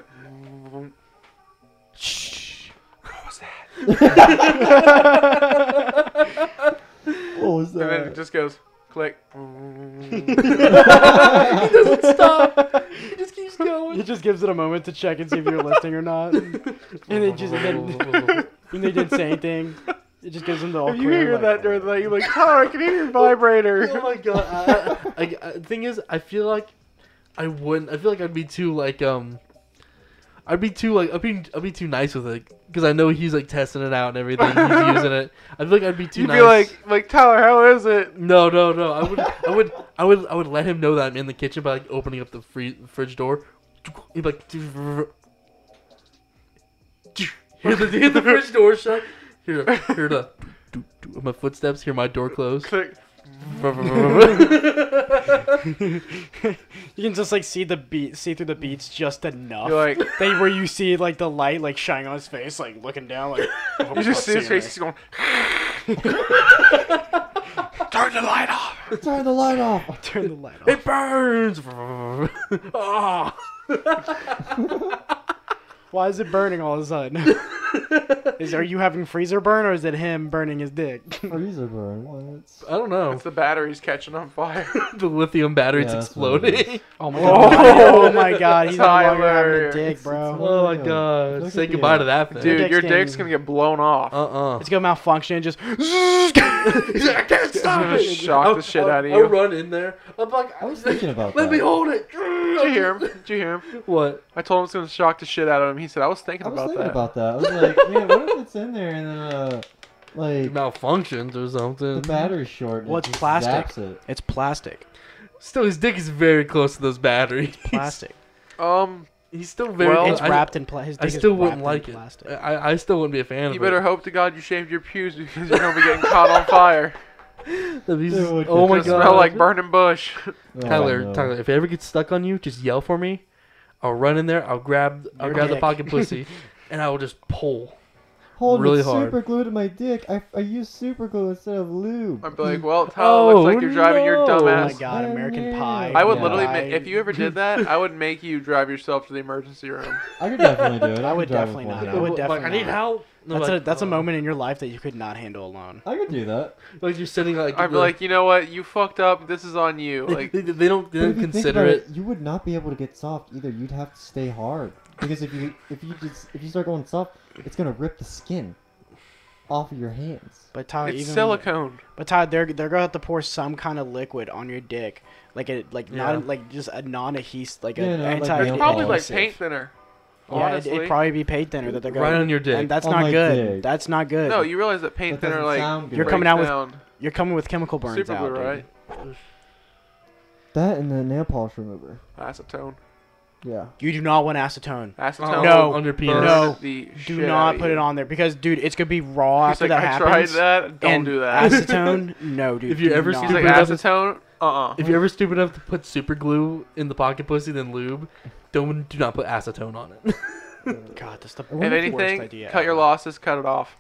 Shh.
What was that?
What was
And then it
that?
just goes click.
he doesn't stop. He just keeps
It
going.
just gives it a moment to check and see if you're listening or not. And it just then, when they didn't say anything, it just gives them the all
If you
clear.
hear
like,
that during the night, you're like, Tyler, I can hear your vibrator.
oh my god. I, I, I, the thing is, I feel like I wouldn't. I feel like I'd be too like um. I'd be too like I'd be I'd be too nice with it because I know he's like testing it out and everything. He's using it. I feel like I'd be too
You'd
nice.
be like, like Tyler, how is it?
No, no, no. I would, I would, I would, I would let him know that I'm in the kitchen by like opening up the free, fridge door. He'd be like, hear the, hear the fridge door shut. Hear, hear the, my footsteps. Hear my door close.
Click.
You can just like see the beat, see through the beats just enough.
You're like,
they, where you see like the light like shining on his face, like looking down, like "Oh,
you just see his face. He's going. Turn the light off.
Turn the light off.
Turn the light off.
It burns. Ah.
Why is it burning all of a sudden? is are you having freezer burn or is it him burning his dick?
Freezer burn. What?
I don't know.
It's the batteries catching on fire.
The lithium battery's
Yeah, that's what it
exploding.
Oh my
Oh.
god! oh my god! He's no longer having a
Tyler.
dick, bro.
Oh my
Yeah. Look
god.
at
Say
the,
goodbye
uh,
to that thing.
Dude,
dick's
your dick's
getting-
gonna get blown off.
Uh uh
It's gonna malfunction. and Just
He's like, I can't stop
Just
it.
shock the
I'll-
shit
I'll-
out of
I'll
you.
run in there. I'm like,
I was thinking about
Let
that.
me hold it.
Did you hear him? Did you hear him?
What?
I told him it's gonna shock the shit out of him. He said, I was thinking
I was
about
thinking
that.
about that. I was like, man, what if it's in there and then uh, like
Malfunctions or
the
something.
battery's short? and it
What's
just
plastic?
zaps it.
it's plastic.
Still, his dick is very close to those batteries.
Plastic.
um,
He's still very.
Well,
it's
I-
wrapped in plastic.
I, still wouldn't like
wrapped in
it. Uh,
plastic.
I, I still wouldn't be a fan
you
of it.
better hope to God you shaved your pubes because you're gonna be getting caught on fire.
That'd be-
Dude,
oh my
It's
god.
gonna smell like burning bush.
Oh,
Tyler,
no.
Tyler, if it ever gets stuck on you, just yell for me. I'll run in there. I'll grab. I'll
Your
grab the
dick.
pocket pussy, and I will just pull.
Hold
really
it
hard.
super glue to my dick. I, I use super glue instead of lube.
Um,
I'd be like, well, Tyler, looks like you're driving your
Oh,
dumb
no.
oh my
ass.
god! American
Yeah.
Pie.
I would
Yeah.
literally,
Pie.
make, if you ever did that, I would make you drive yourself to the emergency room.
I could definitely do it. I,
I
could
would
drive
definitely
with one
not. I
hand.
would
Like,
definitely
I need
not.
help. No,
That's
like,
a that's a
uh,
moment in your life that you could not handle alone.
I could do that.
Like you're sitting like.
I'd be
the-
like, you know what? You fucked up. This is on you.
they-
Like,
they, they don't they
But
don't
if you think
consider
about
it.
You would not be able to get soft either. You'd have to stay hard because if you if you just if you start going soft, it's gonna rip the skin off of your hands.
But Tyler,
it's
even
silicone.
But Todd, they're they're gonna have to pour some kind of liquid on your dick, like a like
Yeah.
not like just a non-adhesive, like
Yeah,
an
no, like
anti.
nail
It's probably like
adhesive.
paint thinner.
Yeah, it'd,
Honestly.
it'd probably be paint thinner that they're gonna.
Right on your dick.
And that's
On
not
my
good.
dick.
That's not good.
No, you realize that paint
That
thinner
doesn't
like
sound good.
breaks
You're coming out with
down.
you're coming with chemical burns
super
out.
blue,
dude.
right?
That and the nail polish remover.
Acetone.
Yeah.
You do not want acetone.
Acetone.
No.
on your penis.
Burn
No.
The
Do
shit out
not
of
put
you.
it on there because, dude, it's gonna be raw
He's
after
like,
that
I
happens.
tried that. Don't
and
do that.
Acetone, no, dude.
If you're
do
ever
not.
He's like
Stupid enough-
acetone. Uh uh
If you're ever stupid enough to put super glue in the pocket pussy than lube, don't do not put acetone on it.
God, that's the
If
If
worst
anything,
idea
cut your
ever.
losses. Cut it off.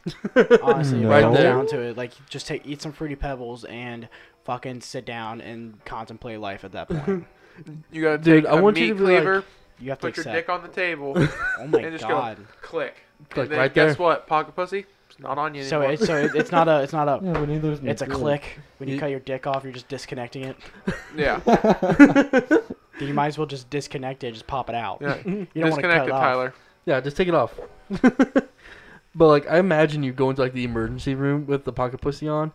Honestly,
No.
right
Right there.
down to it, like just take eat some fruity pebbles and fucking sit down and contemplate life at that point.
You gotta
Dude,
take
I
a
want
meat
you to be like-
cleaver.
You have to
put your
accept.
dick on the table.
oh my
and just go-
god.
click.
Click
and then
right
guess
there.
what? Pocket pussy. It's not on you
So
anymore.
it's so it, it's not a it's not a
Yeah, but neither is my
Oh. it's a
dick.
click. When you
You-
cut your dick off, you're just disconnecting it.
yeah.
Then you might as well just disconnect it, just pop it out.
Yeah.
you don't want to cut
Disconnect
it
it,
off.
Tyler.
Yeah, just take it off. but like, I imagine you go into like the emergency room with the pocket pussy on,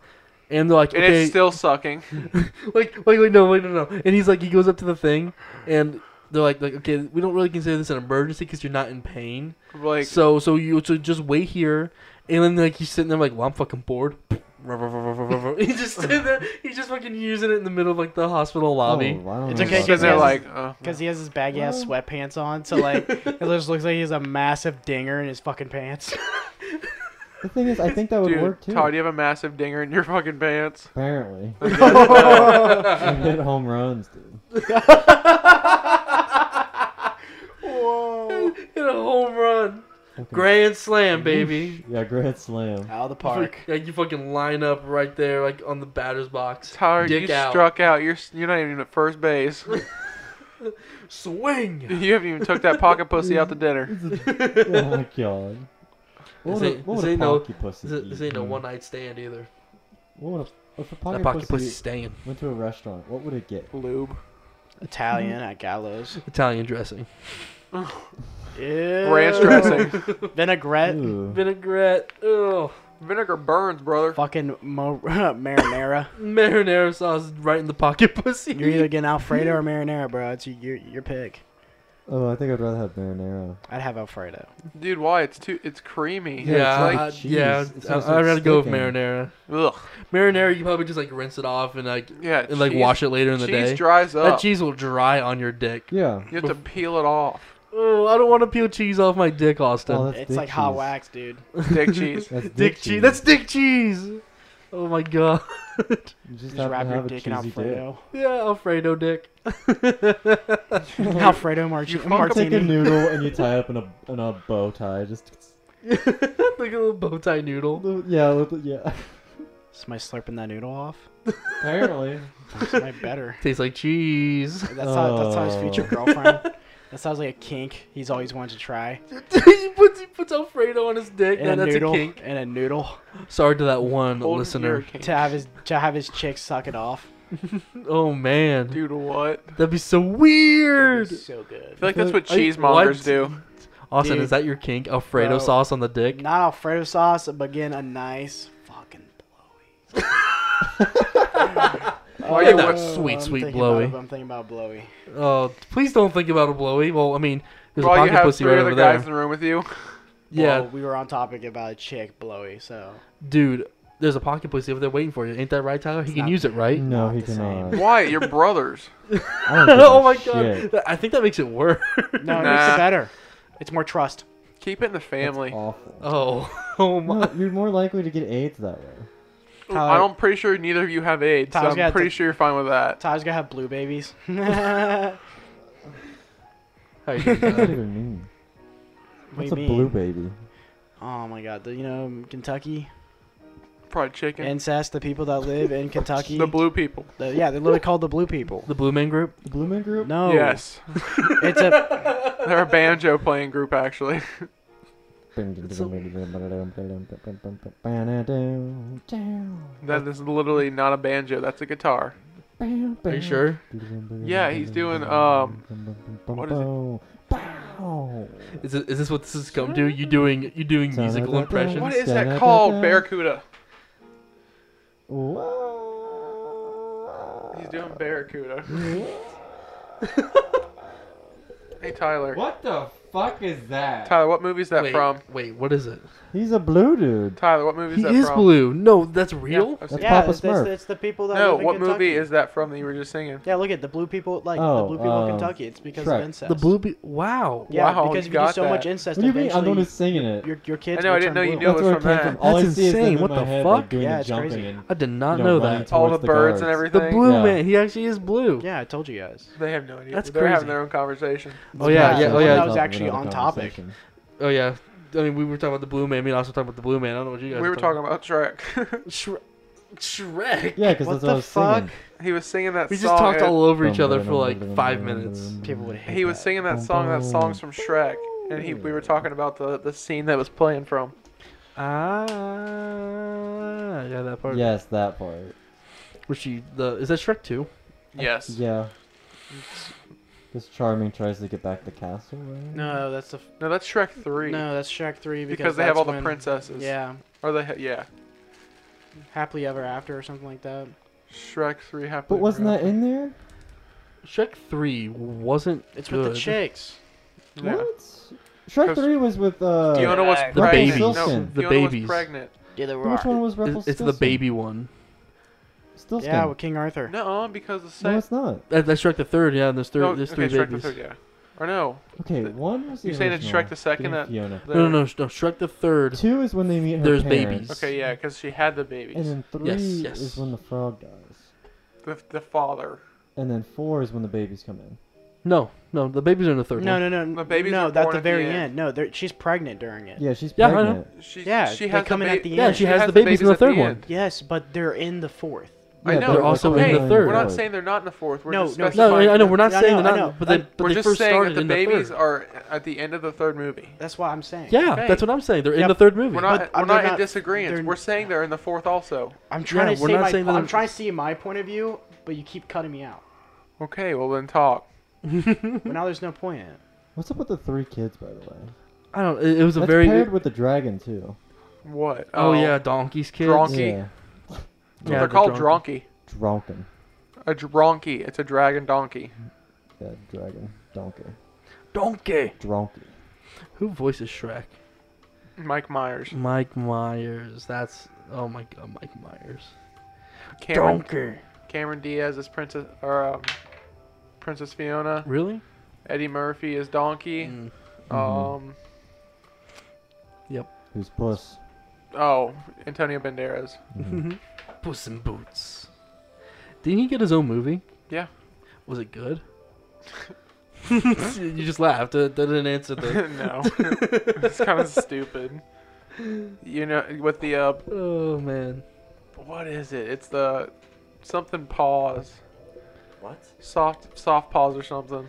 and they're like,
And
okay,
it's still sucking.
like, wait, wait, no, wait, no, no. And he's like, he goes up to the thing, and they're like, like, okay, we don't really consider this an emergency because you're not in pain.
Like
so, so you, so just wait here, and then like he's sitting there like, well, I'm fucking bored. he's just sitting there, he's just fucking using it in the middle of like the hospital lobby.
Oh, wow.
It's
that's
okay,
awesome.
because they're
because-
like, uh,
Because he has his baggy ass sweatpants on, so like it just looks like he has a massive dinger in his fucking pants.
The thing is, I think that would
dude,
work too.
Todd, you have a massive dinger in your fucking pants.
Apparently,
That's
I hit home runs, dude.
Whoa!
Hit a home run,
Okay.
grand slam, baby.
Yeah, grand slam.
Out of the park.
Like you fucking line up right there, like on the batter's box.
Tyler,
Dick
you
out.
struck out. You're s- you're not even at first base.
Swing.
you haven't even took that pocket pussy out to dinner.
oh my god.
This
What would a,
ain't-
what
this
would a
ain't no-
pocky pussy
This, is-
eat,
this ain't a
man?
one night stand either.
What would a, if a
That
pocket,
pocket
pussy
pussy's staying.
went to a restaurant, what would it get?
Lube.
Italian at Gallows.
Italian dressing.
Ranch
Ranch
dressing.
Vinaigrette.
Ooh.
Vinaigrette. Ugh.
Vinegar burns, brother.
Fucking mo- marinara.
Marinara sauce right in the pocket pussy.
You're either getting Alfredo or marinara, bro. It's your your pick.
Oh, I think I'd rather have marinara.
I'd have Alfredo.
Dude, why? It's too. It's creamy.
yeah,
Yeah,
I-
it's
I-
like
yeah.
cheese. It's
I-
almost
I'd
like
rather go with
sticking.
marinara.
Ugh.
Marinara, you probably just like rinse it off and like
Yeah.
and, like wash it later in the
cheese
day.
dries
That
up.
cheese will dry on your dick.
Yeah.
you have to peel it off.
Oh, I don't want to peel cheese off my dick, Austin.
Oh, that's
it's
dick
like hot
cheese.
wax, dude.
Dick cheese.
That's
dick cheese. That's dick cheese. Oh my god.
You just,
Just
have
wrap
to
your
have a
dick in
cheesy dick.
Alfredo.
yeah, Alfredo dick.
Alfredo mar-
You fuck up
Take a
martini.
noodle and you tie it up in a in a bow tie. Just
like a little bow tie noodle.
yeah, with the- yeah.
Am I slurping that noodle off?
Apparently,
That's my better.
Tastes like cheese.
That's how, that's how his
Oh.
future girlfriend. That sounds like a kink he's always wanted to try.
he, puts, he puts Alfredo on his dick,
And
and
a
that's
noodle.
a kink.
And a noodle.
Sorry to that one
Golden
listener.
ear cake.
To have his to have his chick suck it off.
Oh man,
Dude, what?
that'd be so weird.
It's so
I
good.
feel like that's what
I-
cheesemongers
what?
do.
Austin,
Dude.
is that your kink? Alfredo
Bro.
sauce on the dick?
Not Alfredo sauce, but again a nice fucking blowy. Oh,
Why you
that
want-
sweet,
I'm
sweet
thinking
blowy.
about- I'm thinking about blowy.
Oh, please don't think about a blowy. Well, I mean, there's a
While you
pocket
have
pussy
three
right
other
over
guys
there.
in the room with you.
yeah,
Well, we were on topic about a chick blowy, so
dude, there's a pocket pussy over there waiting for you. Ain't that right, Tyler? He can
not-
use it, right?
no,
Not
he
the same.
cannot.
Why? You're brothers.
I don't give
oh
a
my
shit.
god, Th- I think that makes it worse.
no, it makes
Nah.
it better. It's more trust.
Keep it in the
That's
family.
awful.
Oh, oh my.
No, you're more likely to get AIDS that way.
Tyler-
I'm pretty sure neither of you have AIDS,
Tyler's
so I'm
got
pretty
the-
sure you're fine with that.
Tyler's gonna have blue babies. what
How you doing,
What does that
Tyler?
even mean?
do
What's a
you mean?
blue baby?
Oh my god, the, you know Kentucky
Fried chicken.
incest. The people that live in Kentucky.
the blue people.
the- yeah, they're literally called the blue people.
the Blue Man Group.
The Blue Man Group?
No.
Yes.
It's a
They're a banjo playing group, actually. That is literally not a banjo. That's a guitar.
Are
Mm-hmm.
you sure?
Yeah, he's doing, um, what is
Is,
it?
it, is this what this has come to? You doing you doing musical impressions?
What is that called? Barracuda. He's doing Barracuda. Hey, Tyler.
What the fuck is that?
Tyler, what movie is that
wait,
from?
Wait, what is it?
He's a blue dude.
Tyler, what movie is
He
that
is
from?
blue. No, that's
Yeah,
real.
I've seen
That's
it.
yeah.
Papa
It's, it's,
Smurf.
it's the people that
No,
live in
what
Kentucky.
movie is that from that you were just singing?
Yeah, look at the blue people. Like the
Oh,
blue people
um,
in Kentucky. It's because
Shrek.
of incest.
The blue. Be- wow.
Yeah,
Wow,
because if
you
you do
got
so much
that.
What
incest,
do you mean? I'm the one
eventually
who's singing it.
your your kids.
I know, I
will
didn't know
turn
you
blue.
knew it
That's
was
where it
from
came
that.
from. All I
That's
see is them
insane.
in
What
my
the
head,
fuck?
Like, doing
Yeah,
the
it's
jumping
crazy.
and,
I did
you
not
know,
know
running
that.
All the
towards
birds and
guards.
The
everything.
blue
Yeah.
man. He actually is blue.
Yeah, I told you guys.
They have no idea.
That's
They're having
crazy.
their own conversation.
Oh yeah. Yeah.
Yeah, so
Oh
one
yeah.
that was actually on topic.
Conversation.
Oh yeah. I mean, we were talking about the blue man. Me and also talking about the blue man. I don't know what you guys.
We were talking about Shrek.
Shre- Shrek.
Yeah, because
What
that's
the
what I was singing.
fuck?
he was singing that
We
song.
just talked
and
all over each other for like five minutes.
People would hate
He was
that.
singing that song. That song's from Shrek. And he, we were talking about the, the scene that was playing from.
Ah. Yeah, that part.
Yes, that part.
Where she the is that Shrek two?
Yes.
Yeah. Because Charming tries to get back the castle, right?
No, that's the. F-
No, that's Shrek Three.
no, that's Shrek Three because,
because, they have
that's
all the
when-
princesses.
Yeah,
Or they ha- yeah.
happily ever after or something like that.
Shrek Three happened.
But wasn't that in there?
Shrek Three wasn't.
It's
good.
with the chicks.
Yeah.
What? Shrek
'Cause-
3 was with, uh...
Fiona was
The
pregnant.
babies.
No,
Wilson.
The
Fiona was
babies.
pregnant.
Do the rock.
Which one was Rumpel
It's, it's the baby one.
Stilskin.
Yeah, with King Arthur.
No, because the
No,
second.
it's not.
That, that's Shrek the Third. Yeah, and there's three.
No,
there's
Oh, okay,
three
Shrek
babies.
The third, yeah. Or no.
Okay,
The-
one was the
You're saying it's Shrek
original,
the second
getting
that-
Fiona.
the-
No, no, no, sh- no. Shrek the Third.
Two is when they meet her
There's
parents.
babies.
Okay, yeah, because she had the babies.
And then three
Yes, yes.
is when the frog dies.
the, the father.
And then four is when the babies come in.
No, no. The babies are in the third.
No,
one.
no, no.
The babies
no,
are
that's
born
the
at the
very
end.
end. No, they're- she's pregnant during it.
Yeah, she's
Yeah, I know.
pregnant.
She,
Yeah,
she
they
has
come in
the
at
ba-
the
Yeah,
end.
she has the babies in the
at
third one.
end.
Yes, but they're in the fourth.
I
Yeah,
know,
they're
but
also
we're
in the
not-
third
We're not
one.
saying they're not in the fourth. We're
No,
just
no, no,
No,
specifying
I know we're not
I
saying
know,
they're
I
not,
know.
but they,
I'm-
but
we're
they
just
first
saying
started
that the
in
babies
the third.
are at the end of the third movie.
That's what I'm saying.
Yeah,
Okay.
that's what I'm saying. They're
Yeah,
in the third movie.
We're not.
But, uh,
we're not,
they're
in
not-
disagreement.
they're-
We're saying they're in the fourth also.
I'm trying
Yeah,
to
we're
say
not
my.
saying
po-
that-
I'm trying to see my point of view, but you keep cutting me out.
Okay, well then talk.
But now there's no point in it.
What's up with the three kids, by the way?
I don't. It, it was a
That's
very.
paired with the dragon too.
What?
oh, yeah, donkey's kids.
Drunk. Donkey.
Yeah,
Yeah,
uh, they're
the
called
donkey.
Dronky.
drunken.
A Dronky. It's a dragon donkey.
Yeah, dragon, donkey,
Donkey.
drunky.
Who voices Shrek?
Mike Myers.
Mike Myers. That's oh my god, Mike Myers.
Cameron. Cameron Diaz is Princess or um, Princess Fiona.
Really?
Eddie Murphy is Donkey.
Mm.
Mm-hmm.
Um.
Who's puss? Mm.
Oh, Antonio Banderas.
Mm-hmm.
Puss in Boots. Didn't he get his own movie?
Yeah.
Was it good? you just laughed. That that didn't answer the.
no, it's kind of stupid. You know, with the uh,
Oh man.
what is it? It's the something paws,
What?
soft soft paws or something.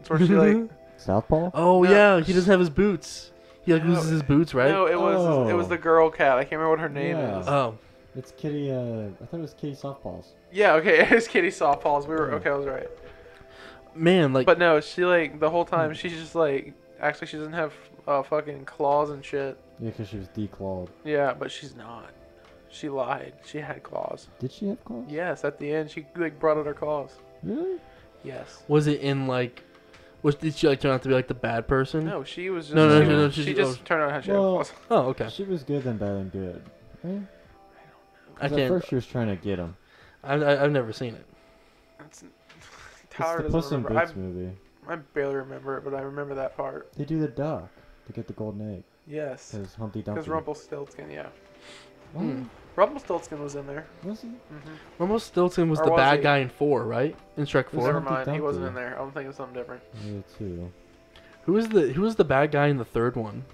It's where she like
Southpaw.
Oh
No.
yeah, he doesn't have his boots. He like
No,
loses his boots, right?
no, it was it was
Oh.
the girl cat. I can't remember what her name
Yeah.
is.
Oh,
It's Kitty. Uh, I thought it was Kitty Softpaws.
Yeah, okay, it was Kitty soft paws. We were
Yeah.
okay, I was right.
man, like Hmm.
But no, she like the whole time she's just like actually she doesn't have uh, fucking claws and shit.
Yeah, because she was declawed.
Yeah, but she's not. She lied. She had claws.
Did she have claws?
Yes, at the end she like brought out her claws.
Really?
Yes.
was it in like? Was did she like turn out to be like the bad person?
No, she was just.
No,
no,
she,
no,
no,
She,
she's-
just
oh.
turned out how she
Well-
was.
Oh okay.
She was good, then bad, and good. Eh? 'Cause
I
At
can't.
first, she was trying to get him.
I, I, I've never seen it.
That's,
It's
Tyler
the
doesn't
Puss in
remember.
Boots movie.
I, I barely remember it, but I remember that part.
They do the duck to get the golden egg.
Yes.
Because Humpty Dumpty.
Because Mm. Rumpelstiltskin, yeah.
What?
Hmm.
Rumpelstiltskin was in there.
Was he?
Rumpelstiltskin was
Or
the
was
bad
he?
guy in four, right? In Shrek
Was
four.
Never
Humpty
mind, he wasn't
Dumpty.
in there. I'm thinking of something different.
Yeah, too.
Who was the Who was the bad guy in the third one?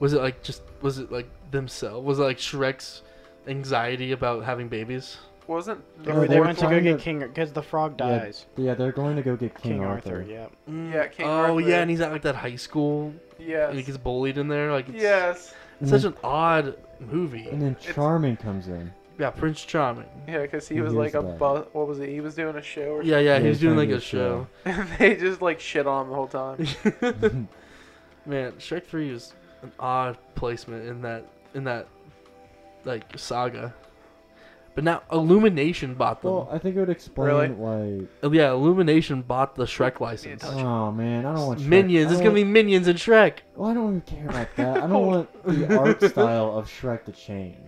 Was it like just Was it like themselves? Was it like Shrek's anxiety about having babies?
Wasn't
They,
No,
were,
they
they
were
went to go
trying
get
to-
King because the frog
Yeah.
dies.
Yeah, they're going to go get King,
King, Arthur. Yeah.
Mm, Yeah, King
oh
Arthur.
yeah, and he's at like that high school, and he
yes.
gets bullied in there. Like it's
Yes.
it's such an odd movie.
And then
It's-
Charming comes in.
Yeah, Prince Charming.
Yeah, because he
He
was
is
like a
bad.
bu- what was it? He was doing a show or
Yeah, yeah,
Yeah,
he was
he's
doing
trying
like a
to
show.
something. they just like shit on him the whole time.
Man, Shrek three is an odd placement in that in that like saga. But now Illumination bought them.
Well, I think it would explain
Really?
why.
Uh, Yeah, Illumination bought the Shrek license.
touch.
Oh man, I don't want Shrek-
Minions.
I
It's
don't
gonna be
want-
Minions and Shrek.
Well, I don't even care about that.
Oh.
I don't want the art style of Shrek to change.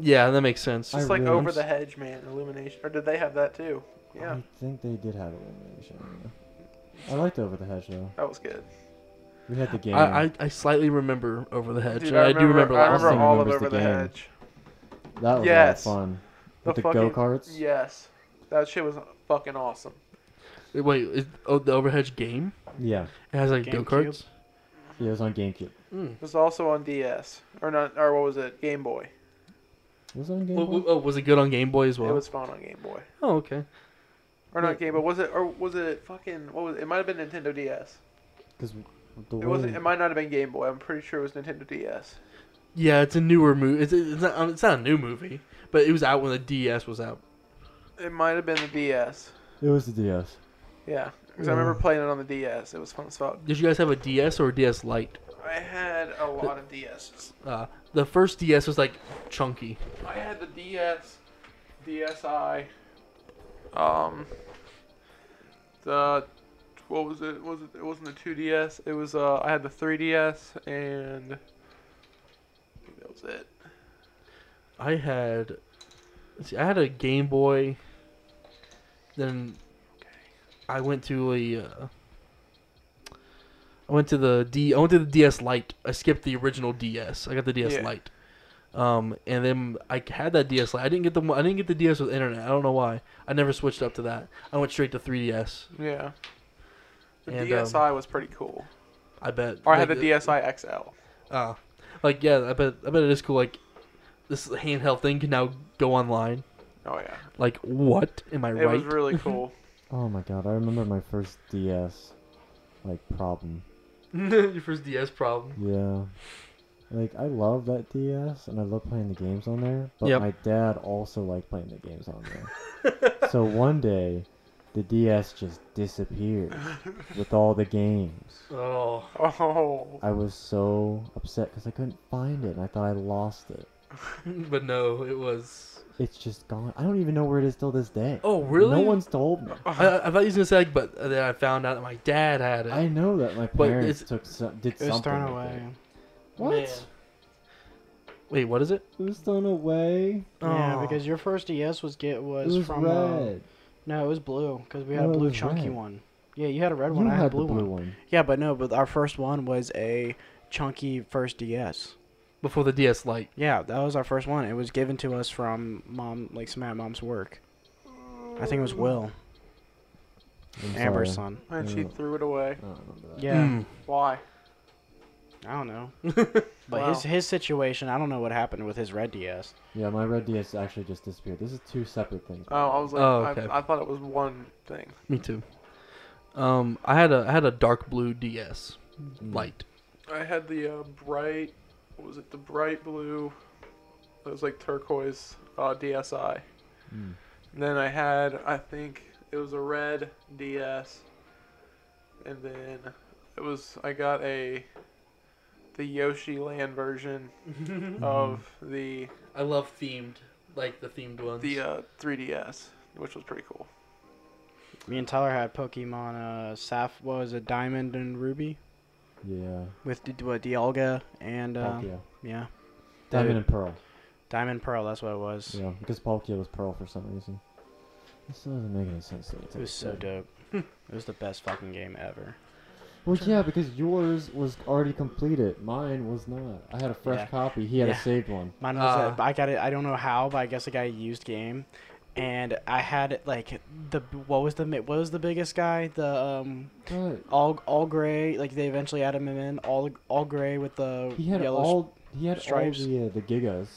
Yeah, that makes sense.
I
Just like
really-
over the hedge, man. Illumination, or did they have that too? Yeah,
I think they did have elimination. I liked Over the Hedge though.
that was good.
We had the game.
I, I, I slightly remember Over the Hedge.
Dude,
I, do remember.
I
last
Austin
remember all of
remembers
Over
the
the,
game.
Hedge.
that was
yes.
a lot of fun. With the,
fucking-
go-karts.
Yes, that shit was fucking awesome.
time. Wait, is, oh, the Over Hedge game?
Yeah.
It has like go
GameCube?
karts.
It was on GameCube.
Mm.
It was also on DS or not, or what was it? Game Boy.
Was it on Game
Oh,
Boy?
oh, oh, was it good on Game Boy as well?
It was fun on Game Boy,
oh, okay.
or not Game Boy. Was it or was it fucking? What was it? It might have been Nintendo DS.
Because the
It
way
wasn't. It might not have been Game Boy. I'm pretty sure it was Nintendo DS.
Yeah, it's a newer movie. It's, it's not um, it's not a new movie, but it was out when the DS was out.
It might have been the DS.
it was the DS.
Yeah, because I remember playing it on the DS. It was fun as fuck.
Did you guys have a DS or a DS Lite?
I had a lot of DSs.
Uh, the first DS was like chunky.
I had the DS, DSi, um, the what was it? Was it? It wasn't the 2DS. It was uh, I had the 3DS and I think that was it.
I had, let's see, I had a Game Boy. Then I went to a. Uh, I went to the D. I went to the DS Lite. I skipped the original DS. I got the DS
Yeah.
Lite. Um, and then I had that DS Lite. I didn't get the. one- I didn't get the DS with internet. I don't know why. I never switched up to that. I went straight to 3DS.
Yeah. The
And, um,
DSi was pretty cool.
I bet.
Or I had the
Like,
DSi XL.
Uh, like yeah, I bet. I bet it is cool. Like this handheld thing can now go online.
Oh yeah,
Like what? Am I
it
right?
was really cool.
Oh my god, I remember my first DS like problem.
Your first DS problem.
Yeah. Like I love that DS and I love playing the games on there, but
Yep.
my dad also liked playing the games on there. so one day the DS just disappeared with all the games.
Oh,
Oh.
I was so upset because I couldn't find it and I thought I lost it.
but no, it was.
It's just gone. I don't even know where it is till this day.
Oh really?
No one's told me.
I, I thought you was gonna say, like, but then I found out that my dad had it.
I know that my
But
parents
it's-
took some, did
It was
something.
thrown
with
away.
it. What?
Man. Wait, what is it?
It was thrown away.
Yeah,
Oh.
because your first DS was get
It
was,
was
from uh,
red.
no, it was blue because we had
No,
a
it
blue
was
chunky
red.
one. Yeah, you had a red
You
one. I had a
had
blue,
the blue
one.
one.
Yeah, but no, but our first one was a chunky first DS.
Before the DS Lite.
Yeah, that was our first one. It was given to us from mom, like some at mom's work. I think it was Will
I'm
Amber's
sorry.
son.
And she
Yeah.
threw it away.
Oh, I don't remember that.
Yeah,
Mm.
Why?
I don't know, but his
Wow.
his situation, I don't know what happened with his red DS.
Yeah, my red DS actually just disappeared. This is two separate things.
Oh, I was like,
Oh, okay.
I, I thought it was one thing.
Me too. Um, I had a I had a dark blue DS
Mm.
Lite.
I had the uh, bright, what was it the bright blue? It was like turquoise uh, DSi.
Mm.
And then I had, I think it was a red DS. And then it was, I got a, the Yoshi Land version of
Mhm.
the
I love themed, like the themed ones.
the uh, 3DS, which was pretty cool.
Me and Tyler had Pokemon uh, Saf what was it Diamond and Ruby
Yeah.
with D- what, Dialga and uh,
Palkia.
yeah
Diamond and Pearl.
Diamond Pearl. That's what it was.
Yeah, because Palkia was Pearl for some reason. This doesn't make any sense. that it's
It was so
like that.
dope. it was the best fucking game ever.
Well, yeah, because yours was already completed. Mine was not. I had a fresh
Yeah.
copy. He had
Yeah.
a saved one.
Mine was
Uh,
a- I got it. I don't know how, but I guess I got a used game, and I had like the what was the mi- what was the biggest guy the um
But
all all gray like they eventually added him in all all gray with the
he had
yellow.
all he had
stripes.
all the uh, the gigas.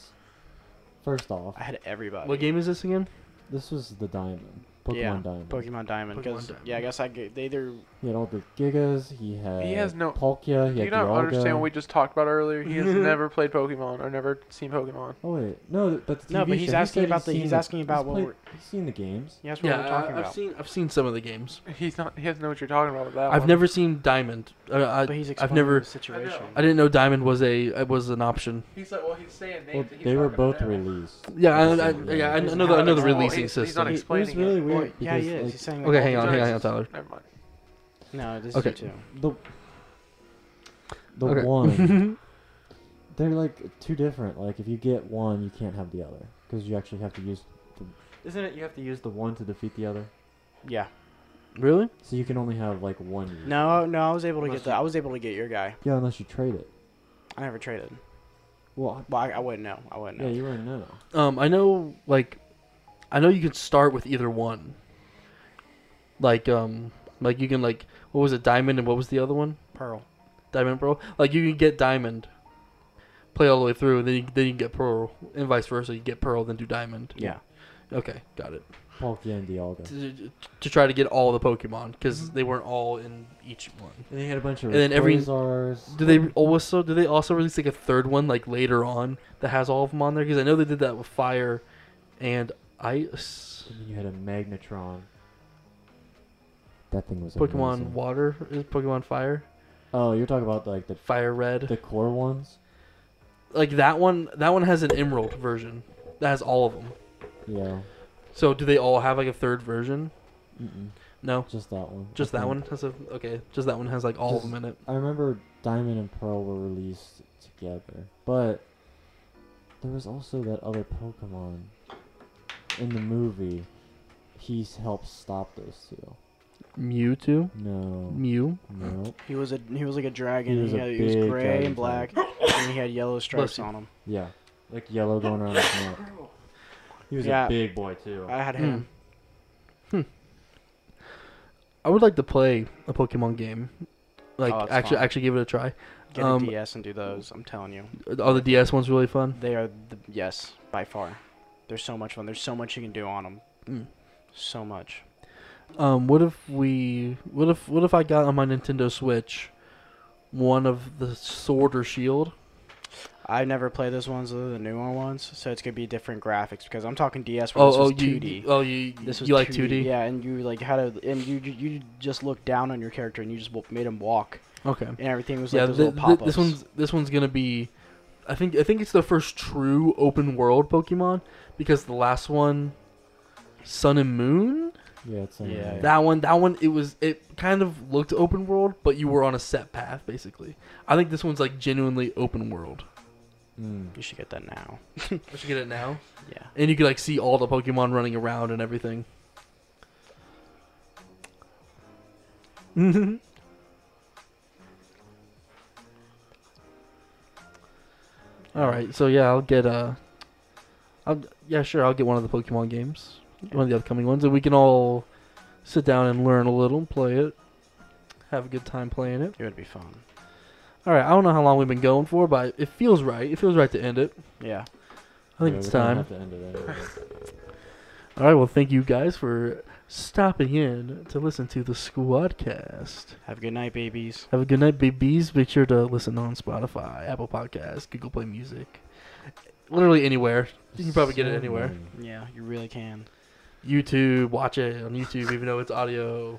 First off,
I had everybody.
what game is this again?
this was the diamond. Pokemon
Yeah,
Diamond.
Pokemon Diamond. 'cause-
Pokemon Diamond.
yeah, I guess I g- they either
He had all the gigas. He had.
He has no-
Palkia. He
Do
had
you not
Dialga.
understand what we just talked about earlier? He has never played Pokemon or never seen Pokemon.
Oh wait, no, th- but the
No,
TV
but he's
show, he
asking
said
about the-
seen
he's asking about what
played-
we're-
He's seen the games.
yeah that's what
Yeah,
we're talking
I, I've
about.
seen I've seen some of the games.
He's not. He doesn't know what you're talking about with that
I've
one.
never seen Diamond. Uh, I,
but he's
I've
explaining
never.
the situation.
I didn't know Diamond was a uh, was an option.
He's like, well, he's saying names.
Well,
that he's
they were
not gonna
both
know.
released.
Yeah, I,
He's
I,
seen the
yeah, I
games.
I know the I know the
Well, he's-
releasing
he's not
system.
I'm
It- it was
explaining
really
it.
weird.
yeah, he
because,
is.
like,
He's saying
Okay,
all
hang
the
on, hang on,
time.
hang on, Tyler.
Never mind.
No, this
Okay.
is you too.
the the
Okay.
one they're like two different. Like if you get one, you can't have the other because you actually have to use. The, isn't it? You have to use the one to defeat the other.
Yeah.
Really?
So you can only have like one. user.
No, no, I was able to
Unless
get the I was able to get your guy.
Yeah, unless you trade it.
I never traded.
Well,
Well, I, I wouldn't know. I
I-
wouldn't
yeah,
know.
you already know.
Um, I know like, I know you can start with either one. Like um, like you can like what was it diamond and what was the other one
Pearl.
diamond pearl? Like you can get diamond, play all the way through, and then you, then you get pearl, and vice versa. You get pearl, then do diamond.
Yeah.
Okay, got it.
Palkia and Dialga.
To, to try to get all the Pokemon because they weren't all in each one.
And they had a bunch of.
And then every-
Quasars.
Do they also do they also release like a third one like later on that has all of them on there? Because I know they did that with fire, and ice.
And then you had a Magnetron. That thing was
Pokemon
amazing.
Water is Pokemon Fire,
Oh, you're talking about like the
Fire Red.
the core ones.
Like that one. That one has an Emerald version. That has all of them.
Yeah.
So do they all have like a third version?
Mm-mm.
No,
Just that one. I
just that
think.
one has a. Okay, just that one has like all of
Just-
them in it.
I remember Diamond and Pearl were released together, but there was also that other Pokemon in the movie. He's helped stop those two.
Mewtwo,
No,
Mew.
no.
He was a he was like a dragon.
He
He
was
was,
a
had, he was
big
gray
dragon
and black, and he had yellow stripes
you.
on him.
Yeah, like yellow going around his neck. He was
Yeah.
a big boy too.
I had
Hmm.
him.
I would like to play a Pokemon game. Like
Oh, it's
actually,
fun.
actually give it a try.
Get
Um, Hmm.
a DS and do those. I'm telling you,
Are the DS ones really fun?
they are the yes by far. They're so much fun. There's so much you can do on them.
Mm.
So much.
Um, what if we? What if? What if I got on my Nintendo Switch, one of the Sword or Shield?
I've never played those ones, those are the newer ones, so it's gonna be different graphics because I'm talking DS where
Oh,
this
oh,
was
you,
2D.
you- oh, you,
this was
you like 2D?
Yeah, and you like had a and you you you just looked down on your character and you just w- made him walk
Okay.
and everything was like
yeah,
those
thi-
little
thi-
pop-ups.
this one's this one's gonna be, I think I think it's the first true open world Pokemon because the last one, Sun and Moon,
yeah, it's
Yeah,
yeah.
that one that one it was it kind of looked open world, but you were on a set path basically. I think this one's like genuinely open world.
Mm.
You should get that now.
I should get it now,
Yeah.
and you could like see all the Pokemon running around and everything. All right, so yeah, I'll get uh, I'll yeah, sure, I'll get one of the Pokemon games, one of the upcoming ones, and we can all sit down and learn a little, and play it, have a good time playing it.
It would be fun.
All right, I don't know how long we've been going for, but it feels right. It feels right to end it.
Yeah.
I think
Yeah,
it's
we're gonna
time.
have to end it anyway.
All right, well, thank you guys for stopping in to listen to the Squadcast.
Have a good night, babies.
Have a good night, babies. Make sure to listen on Spotify, Apple Podcasts, Google Play Music, literally anywhere. You can probably get it
So
anywhere.
many.
Yeah, you really can.
YouTube, watch it on YouTube, even though it's audio.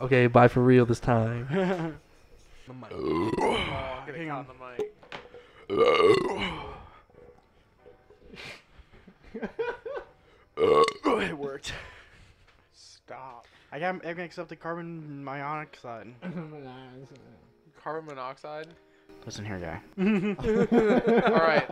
Okay, bye for real this time.
Hang on. it worked.
Stop.
I got I mixed up the carbon monoxide.
Carbon monoxide.
Listen here, guy.
All right.